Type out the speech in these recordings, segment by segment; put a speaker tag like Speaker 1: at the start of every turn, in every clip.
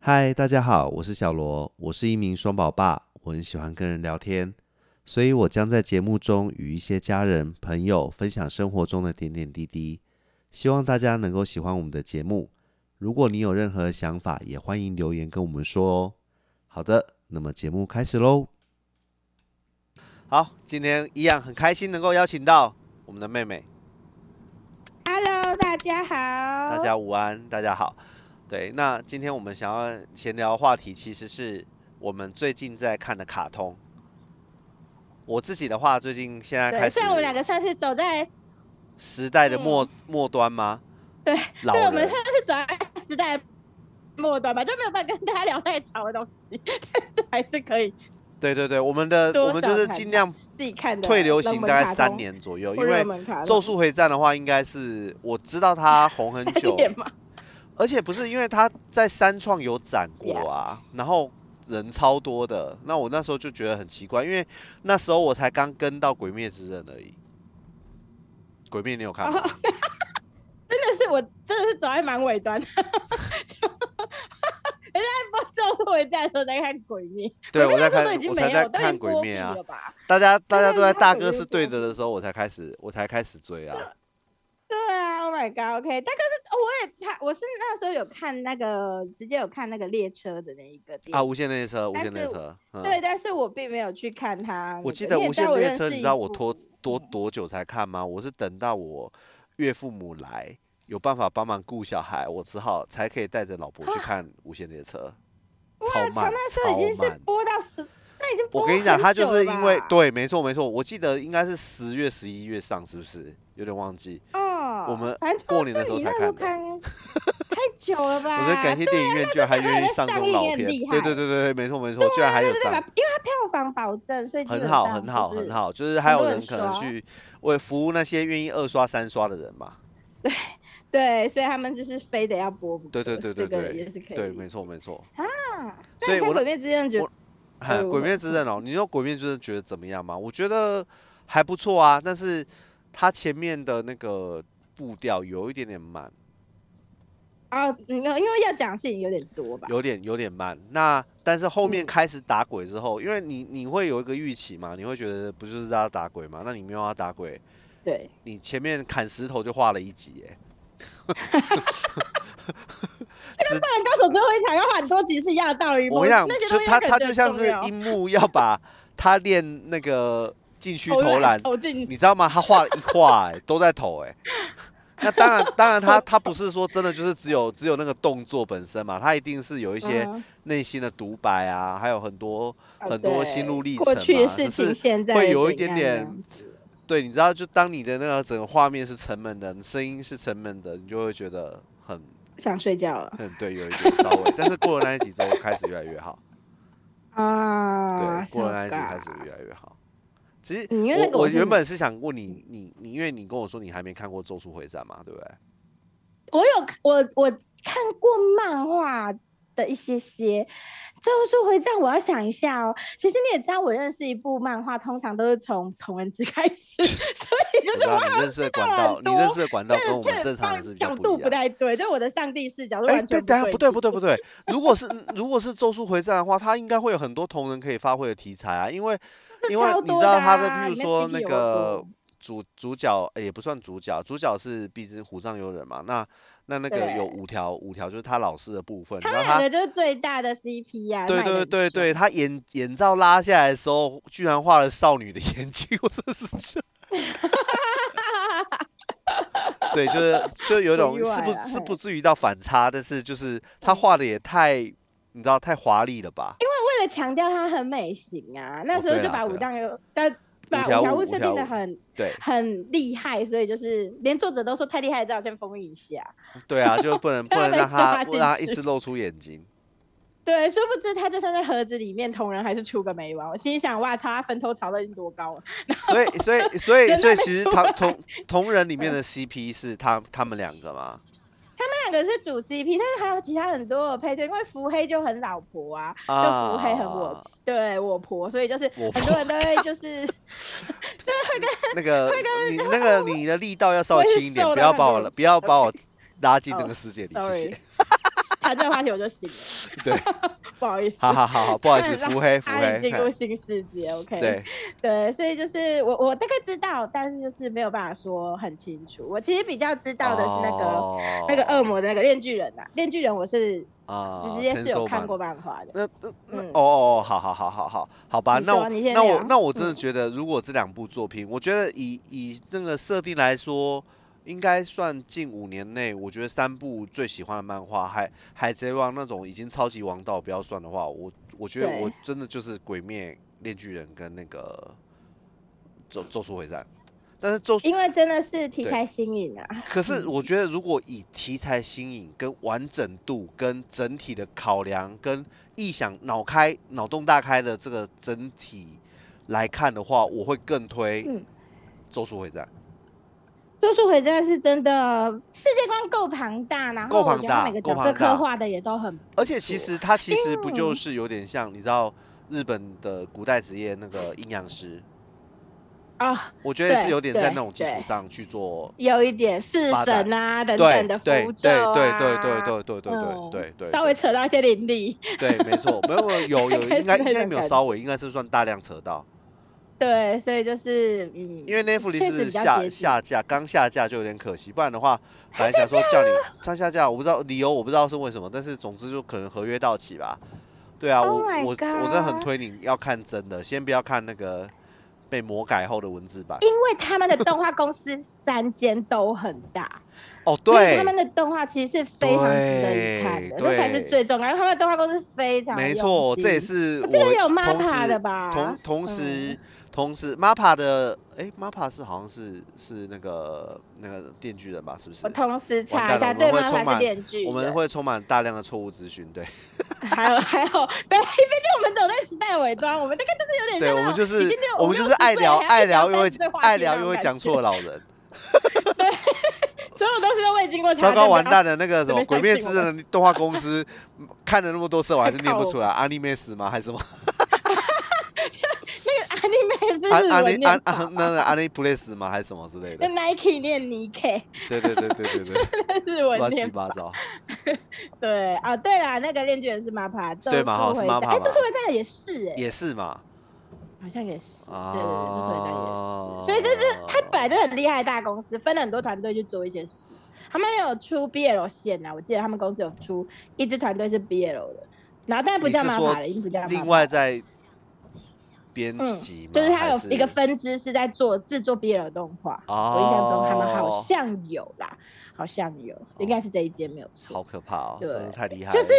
Speaker 1: 嗨，大家好，我是小罗，我是一名双宝爸，我很喜欢跟人聊天，所以我将在节目中与一些家人、朋友分享生活中的点点滴滴，希望大家能够喜欢我们的节目。如果你有任何想法，也欢迎留言跟我们说哦。好的，那么节目开始喽。好，今天一样很开心能够邀请到我们的妹妹，
Speaker 2: Hello，大家好。大
Speaker 1: 大家午安，大家好。对，那今天我们想要闲聊的话题，其实是我们最近在看的卡通。我自己的话，最近现在开
Speaker 2: 对，
Speaker 1: 始
Speaker 2: 虽然我们两个算是走在，
Speaker 1: 时代的末、末端吗？
Speaker 2: 对，
Speaker 1: 老
Speaker 2: 对，我们
Speaker 1: 人
Speaker 2: 算是走在时代末端吧，就没有办法跟大家聊太潮的东西， 但是还是可以
Speaker 1: 对对对，我们的
Speaker 2: 多
Speaker 1: 我们就
Speaker 2: 少
Speaker 1: 是
Speaker 2: 看
Speaker 1: 尽
Speaker 2: 到
Speaker 1: 量
Speaker 2: 自己看的。
Speaker 1: 退流行大概三，年左右，因
Speaker 2: 或
Speaker 1: 为
Speaker 2: 热门卡
Speaker 1: 《
Speaker 2: 通
Speaker 1: 咒术回战》的话，应该是我知道它红很久，
Speaker 2: 点嘛，
Speaker 1: 而且不是因为他在三创有展过啊，然后人超多的，那我那时候就觉得很奇怪，因为那时候我才刚跟到《鬼灭之刃》而已。鬼灭你有
Speaker 2: 哦
Speaker 1: 看吗？
Speaker 2: 真的是我真的是走在蛮尾端的。 就 人家在播《咒术回战》的时候在看《鬼灭》，
Speaker 1: 对，
Speaker 2: 我
Speaker 1: 我在 看，
Speaker 2: 都已经
Speaker 1: 我
Speaker 2: 没
Speaker 1: 才
Speaker 2: 有，
Speaker 1: 在
Speaker 2: 都已
Speaker 1: 看《
Speaker 2: 经
Speaker 1: 鬼
Speaker 2: 播
Speaker 1: 灭》啊
Speaker 2: 毕了。吧？
Speaker 1: 大家大家
Speaker 2: 对
Speaker 1: 都在
Speaker 2: 他
Speaker 1: 大
Speaker 2: 有
Speaker 1: 哥
Speaker 2: 一
Speaker 1: 是
Speaker 2: 个
Speaker 1: 对的的时候，我才开始我才开始追啊。
Speaker 2: 对啊，Oh my god，OK，、但可是哦我也差，我是那时候有看那个，直接有看那个列车的那一个电
Speaker 1: 啊，
Speaker 2: 影，
Speaker 1: 无限列车，无
Speaker 2: 但
Speaker 1: 限列
Speaker 2: 是
Speaker 1: 车。嗯、
Speaker 2: 对，，但是我并没有去看它那个。
Speaker 1: 我记得
Speaker 2: 你也
Speaker 1: 无
Speaker 2: 知道
Speaker 1: 限
Speaker 2: 我
Speaker 1: 列
Speaker 2: 认
Speaker 1: 车，
Speaker 2: 识
Speaker 1: 你
Speaker 2: 一
Speaker 1: 知道我
Speaker 2: 部嗯
Speaker 1: 拖多多久才看吗？我是等到我岳父母来，有办法帮忙顾小孩，我只好才可以带着老婆去看无限列车，超
Speaker 2: 啊
Speaker 1: 慢
Speaker 2: 哇操那时
Speaker 1: 超
Speaker 2: 候已经是
Speaker 1: 慢。
Speaker 2: 播到十，那已经播
Speaker 1: 我跟你讲，
Speaker 2: 很
Speaker 1: 他就
Speaker 2: 久
Speaker 1: 是
Speaker 2: 了
Speaker 1: 因为
Speaker 2: 吧，
Speaker 1: 对，没错没错，我记得应该是十月十一月上，是不是？有点忘记，
Speaker 2: 嗯，
Speaker 1: 我们
Speaker 2: 反正
Speaker 1: 过年的
Speaker 2: 那
Speaker 1: 时候
Speaker 2: 你
Speaker 1: 才
Speaker 2: 那时候
Speaker 1: 看
Speaker 2: 看太久了 吧？
Speaker 1: 我真感谢电影院居然还
Speaker 2: 啊时候
Speaker 1: 愿意
Speaker 2: 还在
Speaker 1: 上这
Speaker 2: 上
Speaker 1: 种
Speaker 2: 映
Speaker 1: 老
Speaker 2: 也
Speaker 1: 片，
Speaker 2: 很厉
Speaker 1: 对对对
Speaker 2: 害
Speaker 1: 对对，没错没错，居然还有
Speaker 2: 对啊对
Speaker 1: 上
Speaker 2: 吧？，因为它票房保证，所以基
Speaker 1: 很
Speaker 2: 本
Speaker 1: 好
Speaker 2: 上
Speaker 1: 很
Speaker 2: 就
Speaker 1: 好很
Speaker 2: 是。
Speaker 1: 好，就是
Speaker 2: 很
Speaker 1: 还有
Speaker 2: 多
Speaker 1: 人
Speaker 2: 人
Speaker 1: 可能
Speaker 2: 刷
Speaker 1: 去为服务那些愿意二刷三刷的人嘛，
Speaker 2: 对，所以他们就是非得要播不
Speaker 1: 对对
Speaker 2: 可
Speaker 1: 对对
Speaker 2: 这个
Speaker 1: 对
Speaker 2: 也是可以。
Speaker 1: 对，没错没错。
Speaker 2: 啊，那
Speaker 1: 所以
Speaker 2: 你看
Speaker 1: 我
Speaker 2: 《鬼灭之刃》觉得
Speaker 1: 我哎，
Speaker 2: 呃
Speaker 1: 《鬼灭之刃》哦，你说《鬼灭之刃》觉得怎么样吗？我觉得还不错啊，但是它前面的那个步调有一点点慢，
Speaker 2: 啊，你看，因为要讲的事情有点多吧？
Speaker 1: 有点有点慢。那但是后面
Speaker 2: 嗯
Speaker 1: 开始打鬼之后，因为你你会有一个预期嘛，你会觉得不就是要打鬼嘛？那你没有要打鬼，
Speaker 2: 对，
Speaker 1: 你前面砍石头就画了一集耶。
Speaker 2: 《灌篮高手》最后一场要画很多集是一样的道理吗。
Speaker 1: 我跟你讲，
Speaker 2: 那些
Speaker 1: 就
Speaker 2: 东西
Speaker 1: 他
Speaker 2: 可
Speaker 1: 他
Speaker 2: 能
Speaker 1: 就
Speaker 2: 很
Speaker 1: 像
Speaker 2: 重
Speaker 1: 是
Speaker 2: 要
Speaker 1: 樱木要把他练那个 禁区
Speaker 2: 投
Speaker 1: 投篮
Speaker 2: 投进
Speaker 1: 你知道吗？他画了一画、哎，都在投、 哎。那当然，当然他，他不是说真的就是只有只有那个动作本身嘛，他一定是有一些
Speaker 2: 嗯
Speaker 1: 内心的独白啊，还有很多
Speaker 2: 啊
Speaker 1: 很多
Speaker 2: 对
Speaker 1: 心路历程
Speaker 2: 过去的
Speaker 1: 嘛
Speaker 2: 事
Speaker 1: 可是
Speaker 2: 情，现在
Speaker 1: 会
Speaker 2: 的
Speaker 1: 有一
Speaker 2: 怎
Speaker 1: 点点
Speaker 2: 样啊呢
Speaker 1: 对，你知道，就当你的那个整个画面是沉闷的，声音是沉闷的，你就会觉得很
Speaker 2: 想睡觉了
Speaker 1: 很对，有一点稍 微，但是过了那一集之后开始越来越好，
Speaker 2: 啊。
Speaker 1: 对，过了那一集
Speaker 2: so
Speaker 1: 开始
Speaker 2: god
Speaker 1: 越来越好。其实
Speaker 2: 嗯因为那个
Speaker 1: 我
Speaker 2: 我是
Speaker 1: 原本是想问你，你你因为你跟我说你还没看过《咒术回战》嘛，对不对？
Speaker 2: 我有我我看过漫画的一些些，《咒术回战》，我要想一下哦。其实你也知道，我认识一部漫画，通常都是从同人志开始， 所以就
Speaker 1: 我知道
Speaker 2: 是我
Speaker 1: 你认识的
Speaker 2: 知道
Speaker 1: 管
Speaker 2: 了
Speaker 1: 道，
Speaker 2: 很
Speaker 1: 你认
Speaker 2: 多
Speaker 1: 识的管道
Speaker 2: 但
Speaker 1: 跟我们正常人是比较
Speaker 2: 角度
Speaker 1: 不一样。
Speaker 2: 太对，就我的上帝视角是
Speaker 1: 哎、
Speaker 2: 完
Speaker 1: 对，
Speaker 2: 全
Speaker 1: 等下不对，不
Speaker 2: 对
Speaker 1: 对，不对。如果是如果是《咒术回战》的话，它应该会有很多同人可以发挥的题材啊，因为
Speaker 2: 是
Speaker 1: 因为
Speaker 2: 超
Speaker 1: 你
Speaker 2: 多
Speaker 1: 知道
Speaker 2: 的
Speaker 1: 他的，
Speaker 2: 啊
Speaker 1: 譬如
Speaker 2: 里面
Speaker 1: 说
Speaker 2: CP
Speaker 1: 那
Speaker 2: 有
Speaker 1: 个
Speaker 2: 多
Speaker 1: 主主角、哎也不算主角，主角是毕竟虎杖悠仁嘛，那那那个有
Speaker 2: 对
Speaker 1: 五条，五条就是他老师的部分，
Speaker 2: 他
Speaker 1: 然后
Speaker 2: 们
Speaker 1: 他
Speaker 2: 两个就是最大的 CP 呀、啊。
Speaker 1: 对
Speaker 2: 卖得
Speaker 1: 对对
Speaker 2: 很凶
Speaker 1: 对，他眼眼罩拉下来的时候，居然画了少女的 眼睛，我真是这。 对，就是就有
Speaker 2: 不
Speaker 1: 种
Speaker 2: 意
Speaker 1: 是
Speaker 2: 外
Speaker 1: 不
Speaker 2: 啦
Speaker 1: 是
Speaker 2: 嘿嗯
Speaker 1: 不至于到反差，但是就是他画的也太，你知道太华丽了吧？
Speaker 2: 为了强调它很美型啊，
Speaker 1: 哦
Speaker 2: 那时候
Speaker 1: 对
Speaker 2: 就
Speaker 1: 啦
Speaker 2: 把
Speaker 1: 对
Speaker 2: 五
Speaker 1: 啦
Speaker 2: 藏有但把
Speaker 1: 五
Speaker 2: 五
Speaker 1: 条
Speaker 2: 条
Speaker 1: 悟
Speaker 2: 悟
Speaker 1: 五
Speaker 2: 设
Speaker 1: 条
Speaker 2: 定的
Speaker 1: 悟
Speaker 2: 很
Speaker 1: 对
Speaker 2: 很厉害，所以就是连作者都说太厉害，只好先封印一下。
Speaker 1: 对啊，就 不能不
Speaker 2: 差
Speaker 1: 能
Speaker 2: 点
Speaker 1: 让
Speaker 2: 被
Speaker 1: 他
Speaker 2: 抓
Speaker 1: 不
Speaker 2: 进
Speaker 1: 让他一
Speaker 2: 去
Speaker 1: 直露出眼 睛。
Speaker 2: 对，殊不知他就算在盒子里面，同人还是出个没完。我心里想，哇操，他坟头草都已经多高了，
Speaker 1: 所以所以所以
Speaker 2: 人
Speaker 1: 所以
Speaker 2: 都被
Speaker 1: 其实
Speaker 2: 出
Speaker 1: 他
Speaker 2: 来
Speaker 1: 同同人里面的 CP 是他他们两个嘛？
Speaker 2: 那两个是主 CP，但是还有其他很多的配对，因为伏黑就很老婆啊， 就伏黑很我，
Speaker 1: 啊，
Speaker 2: 对我婆，所以就是
Speaker 1: 我
Speaker 2: 很多人都会就是。
Speaker 1: 那个你那个你的力道要稍
Speaker 2: 我
Speaker 1: 微
Speaker 2: 也是
Speaker 1: 轻一点，
Speaker 2: 瘦
Speaker 1: 不
Speaker 2: 了
Speaker 1: 要
Speaker 2: 很
Speaker 1: 把我
Speaker 2: 多
Speaker 1: 不要把我
Speaker 2: OK
Speaker 1: 拉进那
Speaker 2: 哦
Speaker 1: 个世界里，谢谢
Speaker 2: ，sorry。。谈这个话题我就醒了，
Speaker 1: 对，
Speaker 2: 不好意思，
Speaker 1: 好好好好，不好意思，
Speaker 2: 让
Speaker 1: 腹黑腹
Speaker 2: 阿里
Speaker 1: 黑，
Speaker 2: 进入
Speaker 1: 嘿
Speaker 2: 新世界，OK？
Speaker 1: 对，
Speaker 2: 对，所以就是我我大概知道，但是就是没有办法说很清楚。我其实比较知道的是那个、
Speaker 1: 哦
Speaker 2: 那个恶魔的那个链巨人呐、啊，链巨人我是
Speaker 1: 啊，
Speaker 2: 直接是
Speaker 1: 千手
Speaker 2: 有看
Speaker 1: 满
Speaker 2: 过漫画的。
Speaker 1: 那那那
Speaker 2: 嗯
Speaker 1: 哦哦，好好好好好好吧，
Speaker 2: 你
Speaker 1: 那
Speaker 2: 说
Speaker 1: 我
Speaker 2: 你先
Speaker 1: 那我
Speaker 2: 聊
Speaker 1: 那我真的
Speaker 2: 嗯
Speaker 1: 觉得，如果这两部作品，我觉得以以那个设定来说，应该算近五年内，我觉得三部最喜欢的漫画，海海贼王那种已经超级王道不要算的话，我我觉得
Speaker 2: 对
Speaker 1: 我真的就是鬼灭、炼巨人跟那个咒咒术回战，但是咒术
Speaker 2: 因为真的是题
Speaker 1: 对
Speaker 2: 材新颖啊，
Speaker 1: 可是我觉得，如果以题材新颖、跟完整度、跟整体的考量、跟臆想脑开、脑洞大开的这个整体来看的话，我会更推《
Speaker 2: 嗯
Speaker 1: 咒术回战
Speaker 2: 《咒术回战》是真的世界观够庞大，然后
Speaker 1: 够
Speaker 2: 我
Speaker 1: 庞
Speaker 2: 觉得
Speaker 1: 大
Speaker 2: 他每个
Speaker 1: 够
Speaker 2: 角
Speaker 1: 庞
Speaker 2: 色
Speaker 1: 大
Speaker 2: 刻画的也都很，》，
Speaker 1: 而且其实它其实不就
Speaker 2: 嗯
Speaker 1: 是有点像，你知道日本的古代职业那个阴阳师，
Speaker 2: 啊、
Speaker 1: 我觉得
Speaker 2: 对
Speaker 1: 是有点在
Speaker 2: 对
Speaker 1: 那种基础
Speaker 2: 对
Speaker 1: 上去做。
Speaker 2: 有一点式
Speaker 1: 发展
Speaker 2: 神啊等
Speaker 1: 对
Speaker 2: 等的
Speaker 1: 对
Speaker 2: 符
Speaker 1: 对
Speaker 2: 咒
Speaker 1: 对
Speaker 2: 啊，
Speaker 1: 对对对对对对
Speaker 2: 嗯
Speaker 1: 对对，
Speaker 2: 稍微扯到一些灵力，
Speaker 1: 对，没错，没有没有有有
Speaker 2: 开
Speaker 1: 应该
Speaker 2: 始
Speaker 1: 应
Speaker 2: 那
Speaker 1: 该
Speaker 2: 种
Speaker 1: 没有
Speaker 2: 感
Speaker 1: 稍
Speaker 2: 觉
Speaker 1: 微，应该是算大量扯到。
Speaker 2: 对，所以就是嗯，
Speaker 1: 因为 Netflix
Speaker 2: 确实
Speaker 1: 是
Speaker 2: 比较
Speaker 1: 下
Speaker 2: 接近
Speaker 1: 下架，刚下架就有点可惜，不然的话，本来想说叫你它下架，我不知道理由，我不知道是为什么，但是总之就可能合约到期吧。对啊，我
Speaker 2: Oh my
Speaker 1: 我我真的很
Speaker 2: God
Speaker 1: 推你要看真的，先不要看那个被魔改后的文字版。
Speaker 2: 因为他们的动画公司三间都很大，
Speaker 1: 哦，
Speaker 2: 所以他
Speaker 1: 对，
Speaker 2: 们的动画其实是非常值得一看的，
Speaker 1: 对
Speaker 2: 这才是
Speaker 1: 对
Speaker 2: 最重要。因为他们的动画公司非常
Speaker 1: 没
Speaker 2: 用
Speaker 1: 错，
Speaker 2: 心
Speaker 1: 这也是我
Speaker 2: 哦这个有
Speaker 1: 同
Speaker 2: MAPPA
Speaker 1: 时
Speaker 2: 的吧
Speaker 1: 同同
Speaker 2: 嗯
Speaker 1: 时、同时 MAPPA 的，哎，MAPPA 是好像是是那个那个电锯人吧，是不是
Speaker 2: 我？同时
Speaker 1: 完蛋
Speaker 2: 查一下，
Speaker 1: 了
Speaker 2: 对
Speaker 1: 我们
Speaker 2: 吗？
Speaker 1: 会充
Speaker 2: 还
Speaker 1: 满
Speaker 2: 是电锯人？
Speaker 1: 我们会充满大量的错误资讯，对。
Speaker 2: 还有 还有，对，毕竟我们走在时代尾端，我们大概就是有 点
Speaker 1: 对，
Speaker 2: 像
Speaker 1: 我
Speaker 2: 那
Speaker 1: 们
Speaker 2: 种
Speaker 1: 就是
Speaker 2: 哦已经六
Speaker 1: 我们就是爱聊爱聊，又会爱聊又会讲，错的老人。
Speaker 2: 五六十岁还要聊这个话题所有东西都未经过查
Speaker 1: 糟
Speaker 2: 证。
Speaker 1: 糕，完
Speaker 2: 不要
Speaker 1: 蛋了！那个什
Speaker 2: 随
Speaker 1: 么《鬼
Speaker 2: 便相
Speaker 1: 灭
Speaker 2: 信
Speaker 1: 之
Speaker 2: 我
Speaker 1: 刃》的动画公司看了那么多次，我还是念
Speaker 2: 靠
Speaker 1: 不
Speaker 2: 我
Speaker 1: 出来。阿尼妹死吗？还是什么？
Speaker 2: 阿尼妹是
Speaker 1: 阿
Speaker 2: 日
Speaker 1: 阿
Speaker 2: 文
Speaker 1: 尼阿
Speaker 2: 念
Speaker 1: 阿
Speaker 2: 法，
Speaker 1: 啊
Speaker 2: 嗯
Speaker 1: 那个阿尼普雷斯吗？还是什么之类
Speaker 2: 那
Speaker 1: 的？
Speaker 2: Nike 念 Nike，
Speaker 1: 对对对对对对，
Speaker 2: 日 文
Speaker 1: 乱七
Speaker 2: 念
Speaker 1: 八糟。
Speaker 2: 对啊，对啦，那个链锯人是 MAPA，
Speaker 1: 对嘛哈是 MAPPA
Speaker 2: 哎，
Speaker 1: 嘛
Speaker 2: 咒术回战也是哎，
Speaker 1: 也是嘛。
Speaker 2: 好像也是，对
Speaker 1: 啊
Speaker 2: 对对，咒
Speaker 1: 哦
Speaker 2: 术回战也是，所以就是他本来就很厉害的大公司，分了很多团队去做一些事，他们也有出 BL 线啊呐，我记得他们公司有出一支团队是 BL 的，然后但是不
Speaker 1: 你
Speaker 2: 叫
Speaker 1: 是
Speaker 2: MAPA
Speaker 1: 说
Speaker 2: 了，已经不叫 MAPPA 了
Speaker 1: 另外在编
Speaker 2: 嗯
Speaker 1: 辑吗，
Speaker 2: 就是
Speaker 1: 还
Speaker 2: 他有一个分支是在做制作 BL 动画，
Speaker 1: 哦，
Speaker 2: 我印象中他们好像有啦，好像有，应该是这一间没有错。
Speaker 1: 好可怕哦，真
Speaker 2: 对
Speaker 1: 的太厉害了。
Speaker 2: 就是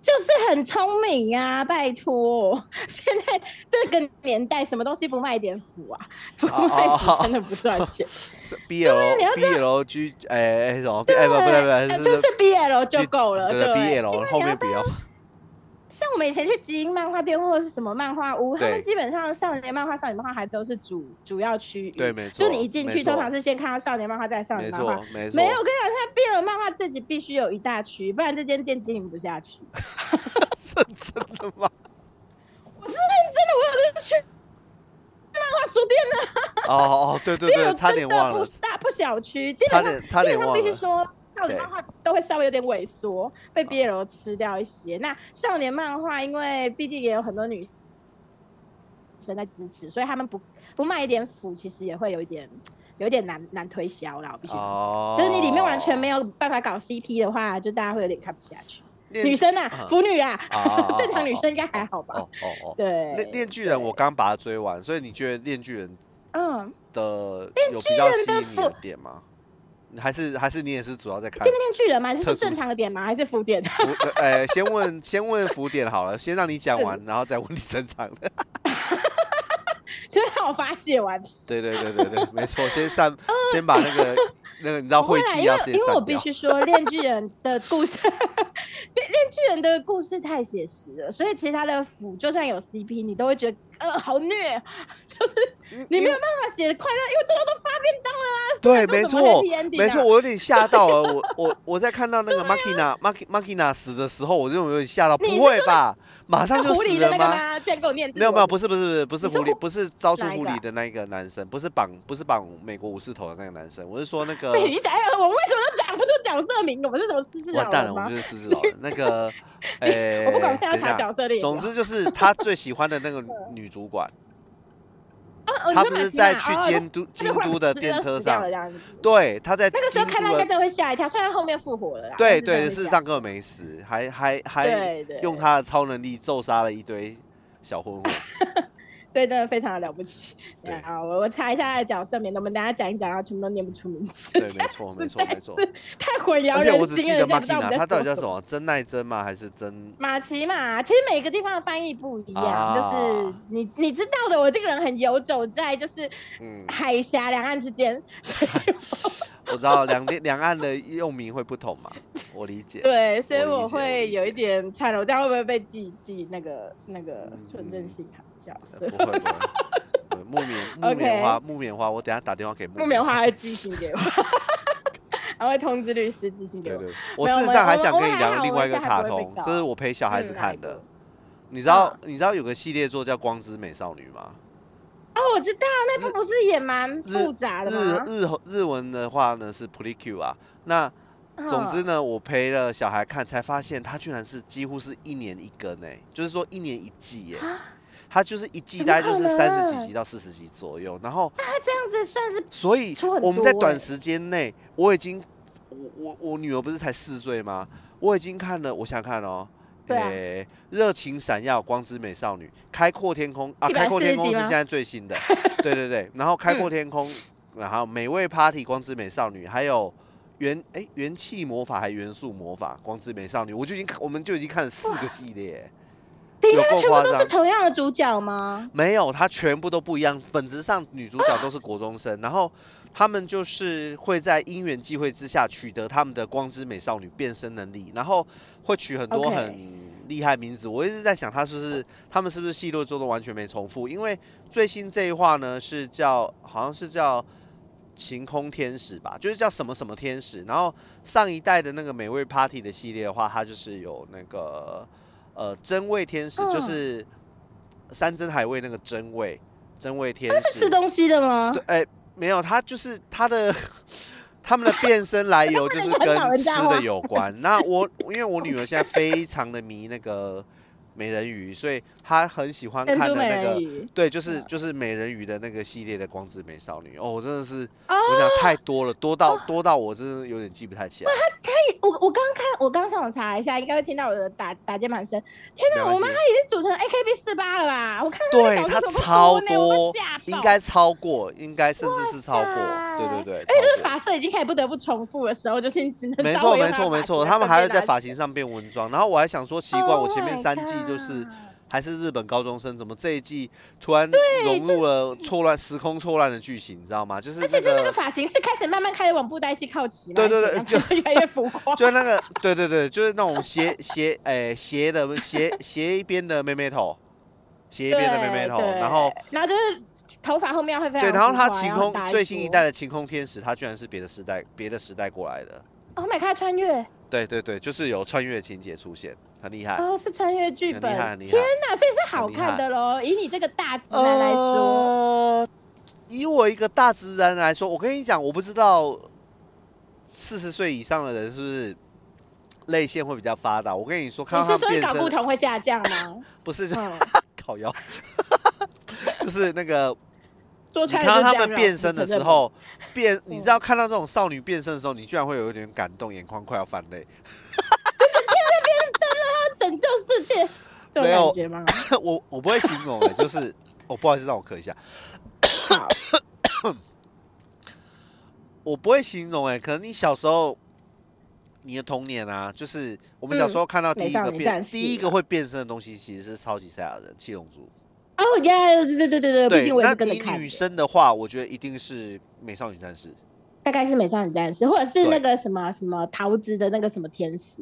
Speaker 2: 就是很聪明啊，拜托！ 现在这个年代，什么东西不卖点腐啊？ 不
Speaker 1: 哦
Speaker 2: 卖腐真的不赚钱，
Speaker 1: 是 BL
Speaker 2: 啊你要
Speaker 1: BL G 哎哎什么？ 哎不 不对不
Speaker 2: 呃就
Speaker 1: 对，
Speaker 2: 是 BL 就够了，
Speaker 1: 对
Speaker 2: 对不对
Speaker 1: BL 后面不要。
Speaker 2: 像我们以前去基因漫画店或者是什么漫画屋，他
Speaker 1: 对
Speaker 2: 们基本上少年漫画、少女漫画还都是主主要区域。
Speaker 1: 对没
Speaker 2: 就
Speaker 1: 错
Speaker 2: 你一进
Speaker 1: 没
Speaker 2: 去，
Speaker 1: 错
Speaker 2: 通常是先看到少年漫画，再少
Speaker 1: 没
Speaker 2: 女漫画
Speaker 1: 错。没错，
Speaker 2: 没有，我跟你讲，他 BL 漫画自己必须有一大区，不然这间店经营不下去。
Speaker 1: 是真的吗？
Speaker 2: 真的，我有这去漫画书店 呢。
Speaker 1: 哦哦，对对
Speaker 2: 因为我
Speaker 1: 对，差点
Speaker 2: 真的
Speaker 1: 忘了
Speaker 2: 不，大不小区，基
Speaker 1: 差
Speaker 2: 本上
Speaker 1: 点差点
Speaker 2: 基本上
Speaker 1: 忘
Speaker 2: 必须
Speaker 1: 了。
Speaker 2: 说，少
Speaker 1: 对
Speaker 2: 女漫画都会稍微有点萎缩，被 BL 吃掉一些。那少年漫画，因为毕竟也有很多女生在支持，所以他们不不卖一点腐，其实也会有一点有一点难难推销啦。我必须这样讲。
Speaker 1: 哦，
Speaker 2: 就是你里面完全没有办法搞 CP 的话，就大家会有点看不下去。
Speaker 1: 有
Speaker 2: 女生啊
Speaker 1: 啊，
Speaker 2: 腐女啊
Speaker 1: 啊啊啊，
Speaker 2: 正常女生应该还好吧？
Speaker 1: 哦哦哦，
Speaker 2: 对，
Speaker 1: 恋恋巨人我刚把它追完，所以你觉得恋巨人
Speaker 2: 嗯，
Speaker 1: 的有比较
Speaker 2: 巨人
Speaker 1: 吸
Speaker 2: 的
Speaker 1: 引你的
Speaker 2: 服
Speaker 1: 点吗？还是还是你也是主要在看
Speaker 2: 电电巨人嘛，就
Speaker 1: 特
Speaker 2: 是
Speaker 1: 殊
Speaker 2: 正常的点吗？还是浮点？
Speaker 1: 浮？呃，先问先问浮点好了，先让你讲
Speaker 2: 嗯
Speaker 1: 完，然后再问你正 常的。
Speaker 2: 先让我发泄完。
Speaker 1: 对对对对对，没错，先 散，先把那个那个你知道
Speaker 2: 不会
Speaker 1: 晦
Speaker 2: 啦，
Speaker 1: 气
Speaker 2: 因
Speaker 1: 要
Speaker 2: 为
Speaker 1: 先
Speaker 2: 因为嗯我
Speaker 1: 散
Speaker 2: 必
Speaker 1: 掉。
Speaker 2: 须说，《恋巨人》的故事，《 恋恋巨人》的故事太写实了，所以其实他的腐就算有 CP，你都会觉得呃好虐， 就是你没有办法写的快乐，因为最后都发便当了啊。
Speaker 1: 对，
Speaker 2: 都
Speaker 1: 没
Speaker 2: 怎么
Speaker 1: 错
Speaker 2: happy，ending
Speaker 1: 没
Speaker 2: 啊
Speaker 1: 错，我有点吓到了。我我我在看到那个 Makina Mak Makina 死的时候，我就有点吓到。
Speaker 2: 你
Speaker 1: 不
Speaker 2: 是
Speaker 1: 会
Speaker 2: 说
Speaker 1: 吧？马上就
Speaker 2: 狐
Speaker 1: 死
Speaker 2: 狸的
Speaker 1: 了
Speaker 2: 那个？吗？竟然给我念
Speaker 1: 没有没有，不
Speaker 2: 是
Speaker 1: 是不是不是
Speaker 2: 你
Speaker 1: 狐
Speaker 2: 说
Speaker 1: 狸，
Speaker 2: 狐
Speaker 1: 不是招出
Speaker 2: 哪一
Speaker 1: 狐
Speaker 2: 个
Speaker 1: 狸
Speaker 2: 啊
Speaker 1: 的那一个男生，不是绑不是绑美国武士头的那个男生，我是说那个
Speaker 2: 你讲哎我为什么都讲不出角色名，我们是什么狮子
Speaker 1: 完
Speaker 2: 老
Speaker 1: 蛋了，
Speaker 2: 人
Speaker 1: 我
Speaker 2: 吗
Speaker 1: 们？就是狮子老人。那 个，诶，
Speaker 2: 我不管，我现在
Speaker 1: 等一下
Speaker 2: 查角色列表。
Speaker 1: 总之就是他最喜欢的那 个女主管，
Speaker 2: 哦，哦你
Speaker 1: 他
Speaker 2: 说
Speaker 1: 不
Speaker 2: 马
Speaker 1: 是
Speaker 2: 奇马
Speaker 1: 在去
Speaker 2: 哦
Speaker 1: 监督
Speaker 2: 他
Speaker 1: 京
Speaker 2: 就忽然
Speaker 1: 都的
Speaker 2: 死
Speaker 1: 电
Speaker 2: 了
Speaker 1: 车
Speaker 2: 死掉
Speaker 1: 上
Speaker 2: 了这，样子
Speaker 1: 对，他在
Speaker 2: 那个时候
Speaker 1: 京
Speaker 2: 看
Speaker 1: 都
Speaker 2: 他应该
Speaker 1: 的
Speaker 2: 真的会吓一跳，虽然后面复活了啦。
Speaker 1: 对
Speaker 2: 但是真的
Speaker 1: 对，
Speaker 2: 会
Speaker 1: 事实
Speaker 2: 吓
Speaker 1: 上根本没死，还还还
Speaker 2: 对对
Speaker 1: 用他的超能力揍杀了一堆小混 混。
Speaker 2: 对，真的非常的了不起。
Speaker 1: 对
Speaker 2: 啊，我我查一下他的角色名，我们等下讲一讲，然后全部都念不出名字。
Speaker 1: 对，没错，没
Speaker 2: 实
Speaker 1: 错，
Speaker 2: 在
Speaker 1: 没错。
Speaker 2: 是太混淆
Speaker 1: 而
Speaker 2: 人
Speaker 1: 且
Speaker 2: 心了。
Speaker 1: 我只记得
Speaker 2: 人家不知道我们
Speaker 1: Makina，
Speaker 2: 在
Speaker 1: 他到底叫
Speaker 2: 说什
Speaker 1: 什
Speaker 2: 么？
Speaker 1: 么？真奈真吗？还是真？
Speaker 2: 马奇马，其实每个地方的翻译不一样，就是
Speaker 1: 啊
Speaker 2: 你你知道的，我这个人很游走在就是
Speaker 1: 嗯，
Speaker 2: 海峡两岸之间，所以
Speaker 1: 我知道两地两岸的用名会不同嘛，我理解。
Speaker 2: 对，所以
Speaker 1: 我理
Speaker 2: 我
Speaker 1: 解我
Speaker 2: 会
Speaker 1: 理
Speaker 2: 有一
Speaker 1: 解
Speaker 2: 点菜了。我这样会不会被记记那个那个
Speaker 1: 嗯
Speaker 2: 纯正性好角色
Speaker 1: 呃？不会不会。对木棉木棉
Speaker 2: OK
Speaker 1: 花木棉花，我等一下打电话给木
Speaker 2: 木棉花。会寄信给我， 还会通知律师寄信给
Speaker 1: 对
Speaker 2: 我。
Speaker 1: 对，我
Speaker 2: 没有
Speaker 1: 事实
Speaker 2: 我
Speaker 1: 上还
Speaker 2: 我
Speaker 1: 想
Speaker 2: 我
Speaker 1: 跟你
Speaker 2: 还
Speaker 1: 聊
Speaker 2: 好
Speaker 1: 另
Speaker 2: 我
Speaker 1: 外一个
Speaker 2: 现在
Speaker 1: 卡
Speaker 2: 不会被
Speaker 1: 通，
Speaker 2: 告
Speaker 1: 这是我陪小孩子
Speaker 2: 嗯哪
Speaker 1: 看
Speaker 2: 一
Speaker 1: 的
Speaker 2: 个。
Speaker 1: 你知道
Speaker 2: 嗯
Speaker 1: 你知道有个系列作叫《光之美少女》吗？
Speaker 2: 哦，我知道那部不是也蛮复杂的
Speaker 1: 日
Speaker 2: 吗？
Speaker 1: 日日文的话呢是 p r i c u 啊，那总之
Speaker 2: 嗯
Speaker 1: 呢，我陪了小孩看，才发现它居然是几乎是一年一根诶、就是说一年一季耶、
Speaker 2: 啊，
Speaker 1: 它就是一季
Speaker 2: 怎
Speaker 1: 大
Speaker 2: 么
Speaker 1: 概就是
Speaker 2: 可
Speaker 1: 三十几
Speaker 2: 能
Speaker 1: 集到四十集左右，然后
Speaker 2: 那这样子算是
Speaker 1: 所以
Speaker 2: 出很
Speaker 1: 我们在
Speaker 2: 多
Speaker 1: 短
Speaker 2: 欸
Speaker 1: 时间内，我已经我我我女儿不是才四岁吗？我已经看了，我想想看哦。
Speaker 2: 对啊
Speaker 1: 诶热情闪耀，光之美少女，开阔天空啊，开阔
Speaker 2: 140
Speaker 1: 天空
Speaker 2: 集
Speaker 1: 是
Speaker 2: 吗
Speaker 1: 现在最 新的，对对对。然后开阔天
Speaker 2: 嗯
Speaker 1: 空，然后美味 Party，光之美少女，还有元哎元气魔法还元素魔法，光之美少女，我就已经看，我们就已经看了四个系列，
Speaker 2: 等一下
Speaker 1: 有，够
Speaker 2: 全
Speaker 1: 夸
Speaker 2: 部都是
Speaker 1: 张。
Speaker 2: 同样的主角吗？
Speaker 1: 没有，它全部都不一样。本质上，女主角都是国中生，然后他们就是会在因缘际会之下取得他们的光之美少女变身能力，然后会取很多
Speaker 2: OK
Speaker 1: 很厉害名字。我一直在想，他是不是他们是不是系列做的完全没重复？因为最新这一话呢是叫好像是叫晴空天使吧，就是叫什么什么天使。然后上一代的那个美味 Party 的系列的话，它就是有那个呃真味天使，就
Speaker 2: 嗯
Speaker 1: 是山珍海味那个真味真味天
Speaker 2: 是吃
Speaker 1: 使。
Speaker 2: 东西的吗
Speaker 1: 对？，哎、没有，它就是它的 他们的变身来由就是
Speaker 2: 很老
Speaker 1: 跟
Speaker 2: 人
Speaker 1: 吃
Speaker 2: 家话
Speaker 1: 的有关。那我因为我女儿现在非常的迷那个美人鱼，所以她很喜欢
Speaker 2: 珍
Speaker 1: 看
Speaker 2: 珠
Speaker 1: 的
Speaker 2: 美
Speaker 1: 那
Speaker 2: 人
Speaker 1: 个。
Speaker 2: 鱼。嗯
Speaker 1: 对，就是就是美人鱼的那个系列的光之美少女哦，我真的是，我想太多了，多到多到我真的有点记不太起来。
Speaker 2: 我我刚看，我刚上网查一下，应该会听到我的打打键盘声。天
Speaker 1: 没
Speaker 2: 哪，
Speaker 1: 关
Speaker 2: 我妈
Speaker 1: 系
Speaker 2: 她已经组成 AKB 四八了吧？我看她
Speaker 1: 对
Speaker 2: 那个
Speaker 1: 她
Speaker 2: 角色怎么
Speaker 1: 超
Speaker 2: 不多呢我
Speaker 1: 多
Speaker 2: 被吓
Speaker 1: 应
Speaker 2: 到
Speaker 1: 该超过，应该甚至是超过，
Speaker 2: 哇
Speaker 1: 对
Speaker 2: 塞哎
Speaker 1: 对对，
Speaker 2: 而且就
Speaker 1: 超过
Speaker 2: 是发色已经开始不得不重复的时候，就是你只 能
Speaker 1: 没
Speaker 2: 稍
Speaker 1: 错
Speaker 2: 微
Speaker 1: 没
Speaker 2: 用
Speaker 1: 错
Speaker 2: 的
Speaker 1: 没
Speaker 2: 发
Speaker 1: 错，
Speaker 2: 型
Speaker 1: 他们
Speaker 2: 来
Speaker 1: 还会
Speaker 2: 分
Speaker 1: 在
Speaker 2: 类
Speaker 1: 发
Speaker 2: 它
Speaker 1: 型上变文装，然后我还想说奇怪，
Speaker 2: Oh
Speaker 1: 我前面
Speaker 2: my
Speaker 1: 三季就是。
Speaker 2: God
Speaker 1: 还是日本高中生，怎么这一季突然融入了错乱时空错乱的剧情，你知道吗？就是
Speaker 2: 而且就那个发型是开始慢慢开始往布袋戏靠齐嘛，
Speaker 1: 对对对
Speaker 2: 然后 就越来越浮夸。
Speaker 1: 就那个，对对对，就是那种斜斜诶、斜的斜斜一边的妹妹头，斜一边的妹妹头，
Speaker 2: 对
Speaker 1: 然后
Speaker 2: 对然后就是头发后面会非常
Speaker 1: 对，然后她
Speaker 2: 浮夸
Speaker 1: 晴
Speaker 2: 然
Speaker 1: 空
Speaker 2: 打
Speaker 1: 最新一
Speaker 2: 波
Speaker 1: 代的晴空天使，她居然是别的时代别的时代过来的，
Speaker 2: ，Oh my god，穿越
Speaker 1: 对对对，就是有穿越情节出现，很厉害，
Speaker 2: 哦，是穿越剧
Speaker 1: 很
Speaker 2: 本
Speaker 1: 厉害，很厉害
Speaker 2: 天哪，所以是好
Speaker 1: 很厉害
Speaker 2: 看的喽。以你这个大直男来说，
Speaker 1: 呃，以我一个大直男来说，我跟你讲，我不知道四十岁以上的人是不是泪腺会比较发达。我跟你说，看
Speaker 2: 你
Speaker 1: 到
Speaker 2: 是
Speaker 1: 他们
Speaker 2: 说
Speaker 1: 变
Speaker 2: 睾固
Speaker 1: 身，
Speaker 2: 酮会下降 吗？
Speaker 1: 不是就
Speaker 2: 嗯，
Speaker 1: 烤腰， 就是那 个
Speaker 2: 做
Speaker 1: 你
Speaker 2: 穿
Speaker 1: 看
Speaker 2: 越
Speaker 1: 到他
Speaker 2: 就这样
Speaker 1: 们
Speaker 2: 了
Speaker 1: 变身的时，候，变，你
Speaker 2: 嗯
Speaker 1: 知道看到这种少女变身的时候，你居然会有一点感动，眼眶快要泛泪。
Speaker 2: 你承认吗拯救世界这
Speaker 1: 没
Speaker 2: 种
Speaker 1: 有
Speaker 2: 感觉吗？
Speaker 1: 我我不会形容的，就是我、不好意思，让我咳一下。
Speaker 2: 好，
Speaker 1: 我不会形容哎、可能你小时候，你的童年啊，就是我们小时候
Speaker 2: 嗯
Speaker 1: 看到第一
Speaker 2: 美
Speaker 1: 个
Speaker 2: 少女
Speaker 1: 变、
Speaker 2: 战士
Speaker 1: 第一个会变身的东西，其实是超级赛亚人七龙珠。
Speaker 2: 哦耶，对对对对对，毕
Speaker 1: 对
Speaker 2: 竟我也
Speaker 1: 那
Speaker 2: 是跟着
Speaker 1: 你
Speaker 2: 看的。
Speaker 1: 女生的话，我觉得一定是美少女战士。
Speaker 2: 大概是美少女战士，或者是
Speaker 1: 对
Speaker 2: 那个什么什么桃子的那个什么天使，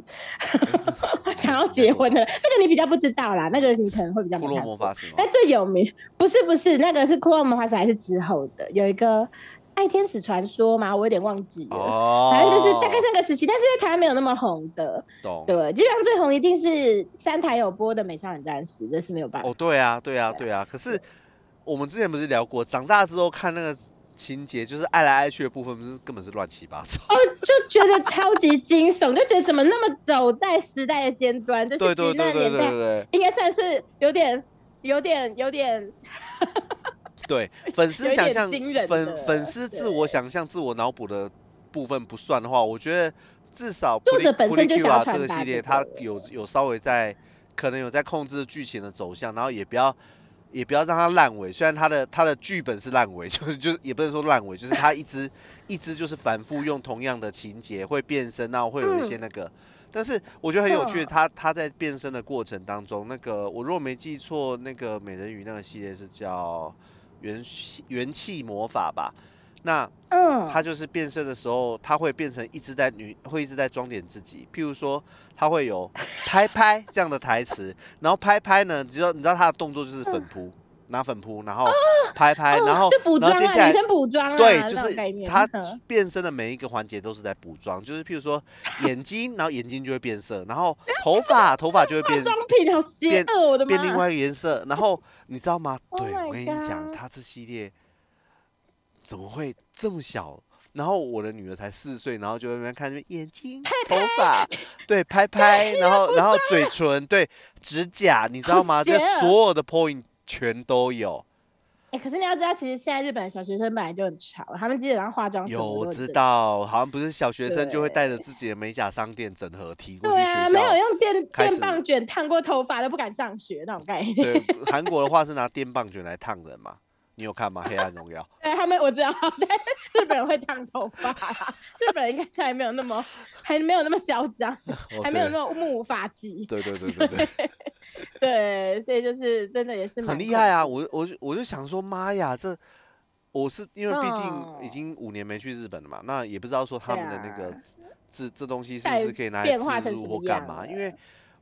Speaker 2: 想要结婚 的那个你比较不知道啦，那个你可能会比较
Speaker 1: 库
Speaker 2: 没
Speaker 1: 洛
Speaker 2: 看
Speaker 1: 魔
Speaker 2: 过。
Speaker 1: 法使吗
Speaker 2: 那？最有名不是不是那个是骷髅魔法使还是之后的有一个《爱天使传说》嘛，我有点忘记了。
Speaker 1: 哦，
Speaker 2: 反正就是大概是那个时期，但是在台湾没有那么红的。
Speaker 1: 懂。
Speaker 2: 对，基本上最红一定是三台有播的《美少女战士》，这是没有办法。
Speaker 1: 啊哦，对啊，对啊，对啊。可是我们之前不是聊过，长大之后看那个情节，就是爱来爱去的部分，不是根本是乱七八糟。
Speaker 2: 哦，就觉得超级惊悚，就觉得怎么那么走在时代的尖端， 就
Speaker 1: 对
Speaker 2: 是其
Speaker 1: 对
Speaker 2: 实
Speaker 1: 对
Speaker 2: 那个
Speaker 1: 对
Speaker 2: 年
Speaker 1: 对
Speaker 2: 代
Speaker 1: 对
Speaker 2: 应该算是有点、有点、有点
Speaker 1: 对，对粉丝
Speaker 2: 有
Speaker 1: 想
Speaker 2: 点
Speaker 1: 象
Speaker 2: 惊人
Speaker 1: 粉
Speaker 2: 的
Speaker 1: 粉丝自我想象、自我脑补的部分不算的话，我觉得至少
Speaker 2: 作者
Speaker 1: Puli-
Speaker 2: 本身就想
Speaker 1: Pulicula
Speaker 2: 传
Speaker 1: 这个
Speaker 2: 达
Speaker 1: 系列，
Speaker 2: 这
Speaker 1: 它
Speaker 2: 个
Speaker 1: 有有稍微在可能有在控制剧情的走向，然后也不要。也不要让它烂尾，虽然它的它的剧本是烂尾， 就是就是也不能说烂尾，就是它一直一直就是反复用同样的情节会变身，然后会有一些那个，但是我觉得很有趣，
Speaker 2: 嗯
Speaker 1: 他他在变身的过程当中，那个我如果没记错，那个美人鱼那个系列是叫元气元气魔法吧？那
Speaker 2: 嗯，
Speaker 1: 他就是变身的时候，他会变成一直在女，会一直在装点自己。譬如说，他会有拍拍这样的台词，然后拍拍呢，只要你知道他的动作就是粉扑，拿粉扑，然后拍拍，然后
Speaker 2: 哦就补
Speaker 1: 然
Speaker 2: 妆
Speaker 1: 后接下来
Speaker 2: 啊，女生补妆啊，
Speaker 1: 对，
Speaker 2: 那
Speaker 1: 就
Speaker 2: 种概
Speaker 1: 是
Speaker 2: 念
Speaker 1: 他
Speaker 2: 嗯
Speaker 1: 变身的每一个环节都是在补妆，就是譬如说眼睛，然后眼睛就会变色，然后头发头发就会
Speaker 2: 化
Speaker 1: 变
Speaker 2: 妆品好邪
Speaker 1: 变
Speaker 2: 恶，我的妈！
Speaker 1: 变另外一个颜色，然后你知道吗？
Speaker 2: Oh
Speaker 1: 对，
Speaker 2: my
Speaker 1: 我跟你讲，
Speaker 2: God
Speaker 1: 他这系列怎么会这么小？然后我的女儿才四岁，然后就在那边看那边眼睛、头发，对，拍拍，然后然后嘴唇，对，指甲，你知
Speaker 2: 好
Speaker 1: 道吗？这
Speaker 2: 邪恶
Speaker 1: 所有的 point 全都有。
Speaker 2: 哎、可是你要知道，其实现在日本的小学生本来就很潮，啊他们基本上化妆什么
Speaker 1: 有，我
Speaker 2: 都
Speaker 1: 知
Speaker 2: 很正常。
Speaker 1: 道，好像不是小学生就会带着自己的美甲商店整合提过去
Speaker 2: 对
Speaker 1: 学
Speaker 2: 啊，
Speaker 1: 校。
Speaker 2: 没有用电
Speaker 1: 开始
Speaker 2: 电棒卷烫过头发都不敢上学那种概念。
Speaker 1: 对，韩国的话是拿电棒卷来烫人嘛？你有看吗？《黑暗 荣耀》
Speaker 2: 对 他们我知道，但是日本人会烫头发啦，日本人应该是还没有那么 还没有那么嚣张，
Speaker 1: 哦
Speaker 2: 还没有
Speaker 1: 对
Speaker 2: 那么目无法纪。
Speaker 1: 对对对对 对。
Speaker 2: 对，所以就是真的也是
Speaker 1: 很
Speaker 2: 蛮
Speaker 1: 厉害啊！我我就我就想说，妈呀，这我是因为毕竟已
Speaker 2: 嗯
Speaker 1: 经五年没去日本了嘛，那也不知道说他
Speaker 2: 对
Speaker 1: 们的那个
Speaker 2: 啊
Speaker 1: 这这东西是不
Speaker 2: 在
Speaker 1: 是可以拿来
Speaker 2: 变化
Speaker 1: 自
Speaker 2: 成
Speaker 1: 入
Speaker 2: 什
Speaker 1: 或
Speaker 2: 么
Speaker 1: 干
Speaker 2: 样
Speaker 1: 嘛？
Speaker 2: 了
Speaker 1: 因为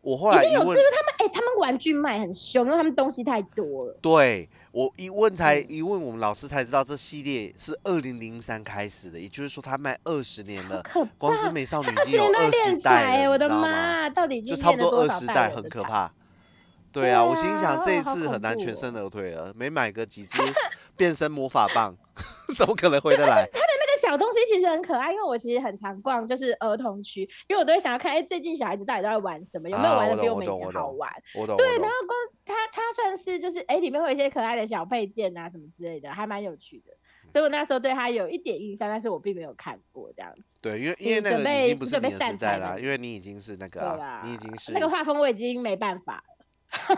Speaker 1: 我后
Speaker 2: 恐怖。
Speaker 1: 来
Speaker 2: 一定
Speaker 1: 一
Speaker 2: 有，是不
Speaker 1: 问
Speaker 2: 是，他们哎、他们玩具卖很凶，因为他们东西太多了。
Speaker 1: 对我一问才
Speaker 2: 嗯
Speaker 1: 一问我们老师才知道，这系列是二零零三开始的，也就是说它卖二十年
Speaker 2: 好
Speaker 1: 了，
Speaker 2: 可怕！
Speaker 1: 光是美少女
Speaker 2: 二
Speaker 1: 已
Speaker 2: 十
Speaker 1: 经有
Speaker 2: 年代
Speaker 1: 二十
Speaker 2: 练
Speaker 1: 代
Speaker 2: 财、
Speaker 1: 了，你
Speaker 2: 我
Speaker 1: 知
Speaker 2: 的
Speaker 1: 道吗？
Speaker 2: 妈，到底已
Speaker 1: 就
Speaker 2: 经
Speaker 1: 差不
Speaker 2: 练了
Speaker 1: 多
Speaker 2: 多
Speaker 1: 二
Speaker 2: 少
Speaker 1: 十代，
Speaker 2: 人
Speaker 1: 很
Speaker 2: 的
Speaker 1: 可
Speaker 2: 财。
Speaker 1: 怕。对
Speaker 2: 对
Speaker 1: 啊，
Speaker 2: 啊
Speaker 1: 我心想这一
Speaker 2: 好
Speaker 1: 次
Speaker 2: 恐
Speaker 1: 很难
Speaker 2: 怖
Speaker 1: 全
Speaker 2: 哦
Speaker 1: 身而退了，没买个几只变身魔法棒， 怎么可能回得来？
Speaker 2: 那个小东西其实很可爱，因为我其实很常逛，就是儿童区，因为我都会想要看，哎、最近小孩子到底都在玩什么，有没有
Speaker 1: 啊
Speaker 2: 玩
Speaker 1: 我
Speaker 2: 的比
Speaker 1: 懂
Speaker 2: 我
Speaker 1: 我
Speaker 2: 们以
Speaker 1: 懂我
Speaker 2: 前
Speaker 1: 懂
Speaker 2: 好玩？
Speaker 1: 我懂，
Speaker 2: 对，
Speaker 1: 我
Speaker 2: 然
Speaker 1: 懂
Speaker 2: 后光它它算是就是哎、里面会有一些可爱的小配件啊什么之类的，还蛮有趣的。
Speaker 1: 嗯
Speaker 2: 所以我那时候对它有一点印象，但是我并没有看过这样子。
Speaker 1: 对，因为因为
Speaker 2: 你
Speaker 1: 那个
Speaker 2: 准
Speaker 1: 已
Speaker 2: 备
Speaker 1: 经不是
Speaker 2: 你准备
Speaker 1: 你的时
Speaker 2: 散
Speaker 1: 代
Speaker 2: 财
Speaker 1: 啦，
Speaker 2: 了
Speaker 1: 因为你已经是那个
Speaker 2: 对
Speaker 1: 啊
Speaker 2: 啦，，
Speaker 1: 你已经是
Speaker 2: 那个画风我已经没办法了。
Speaker 1: 画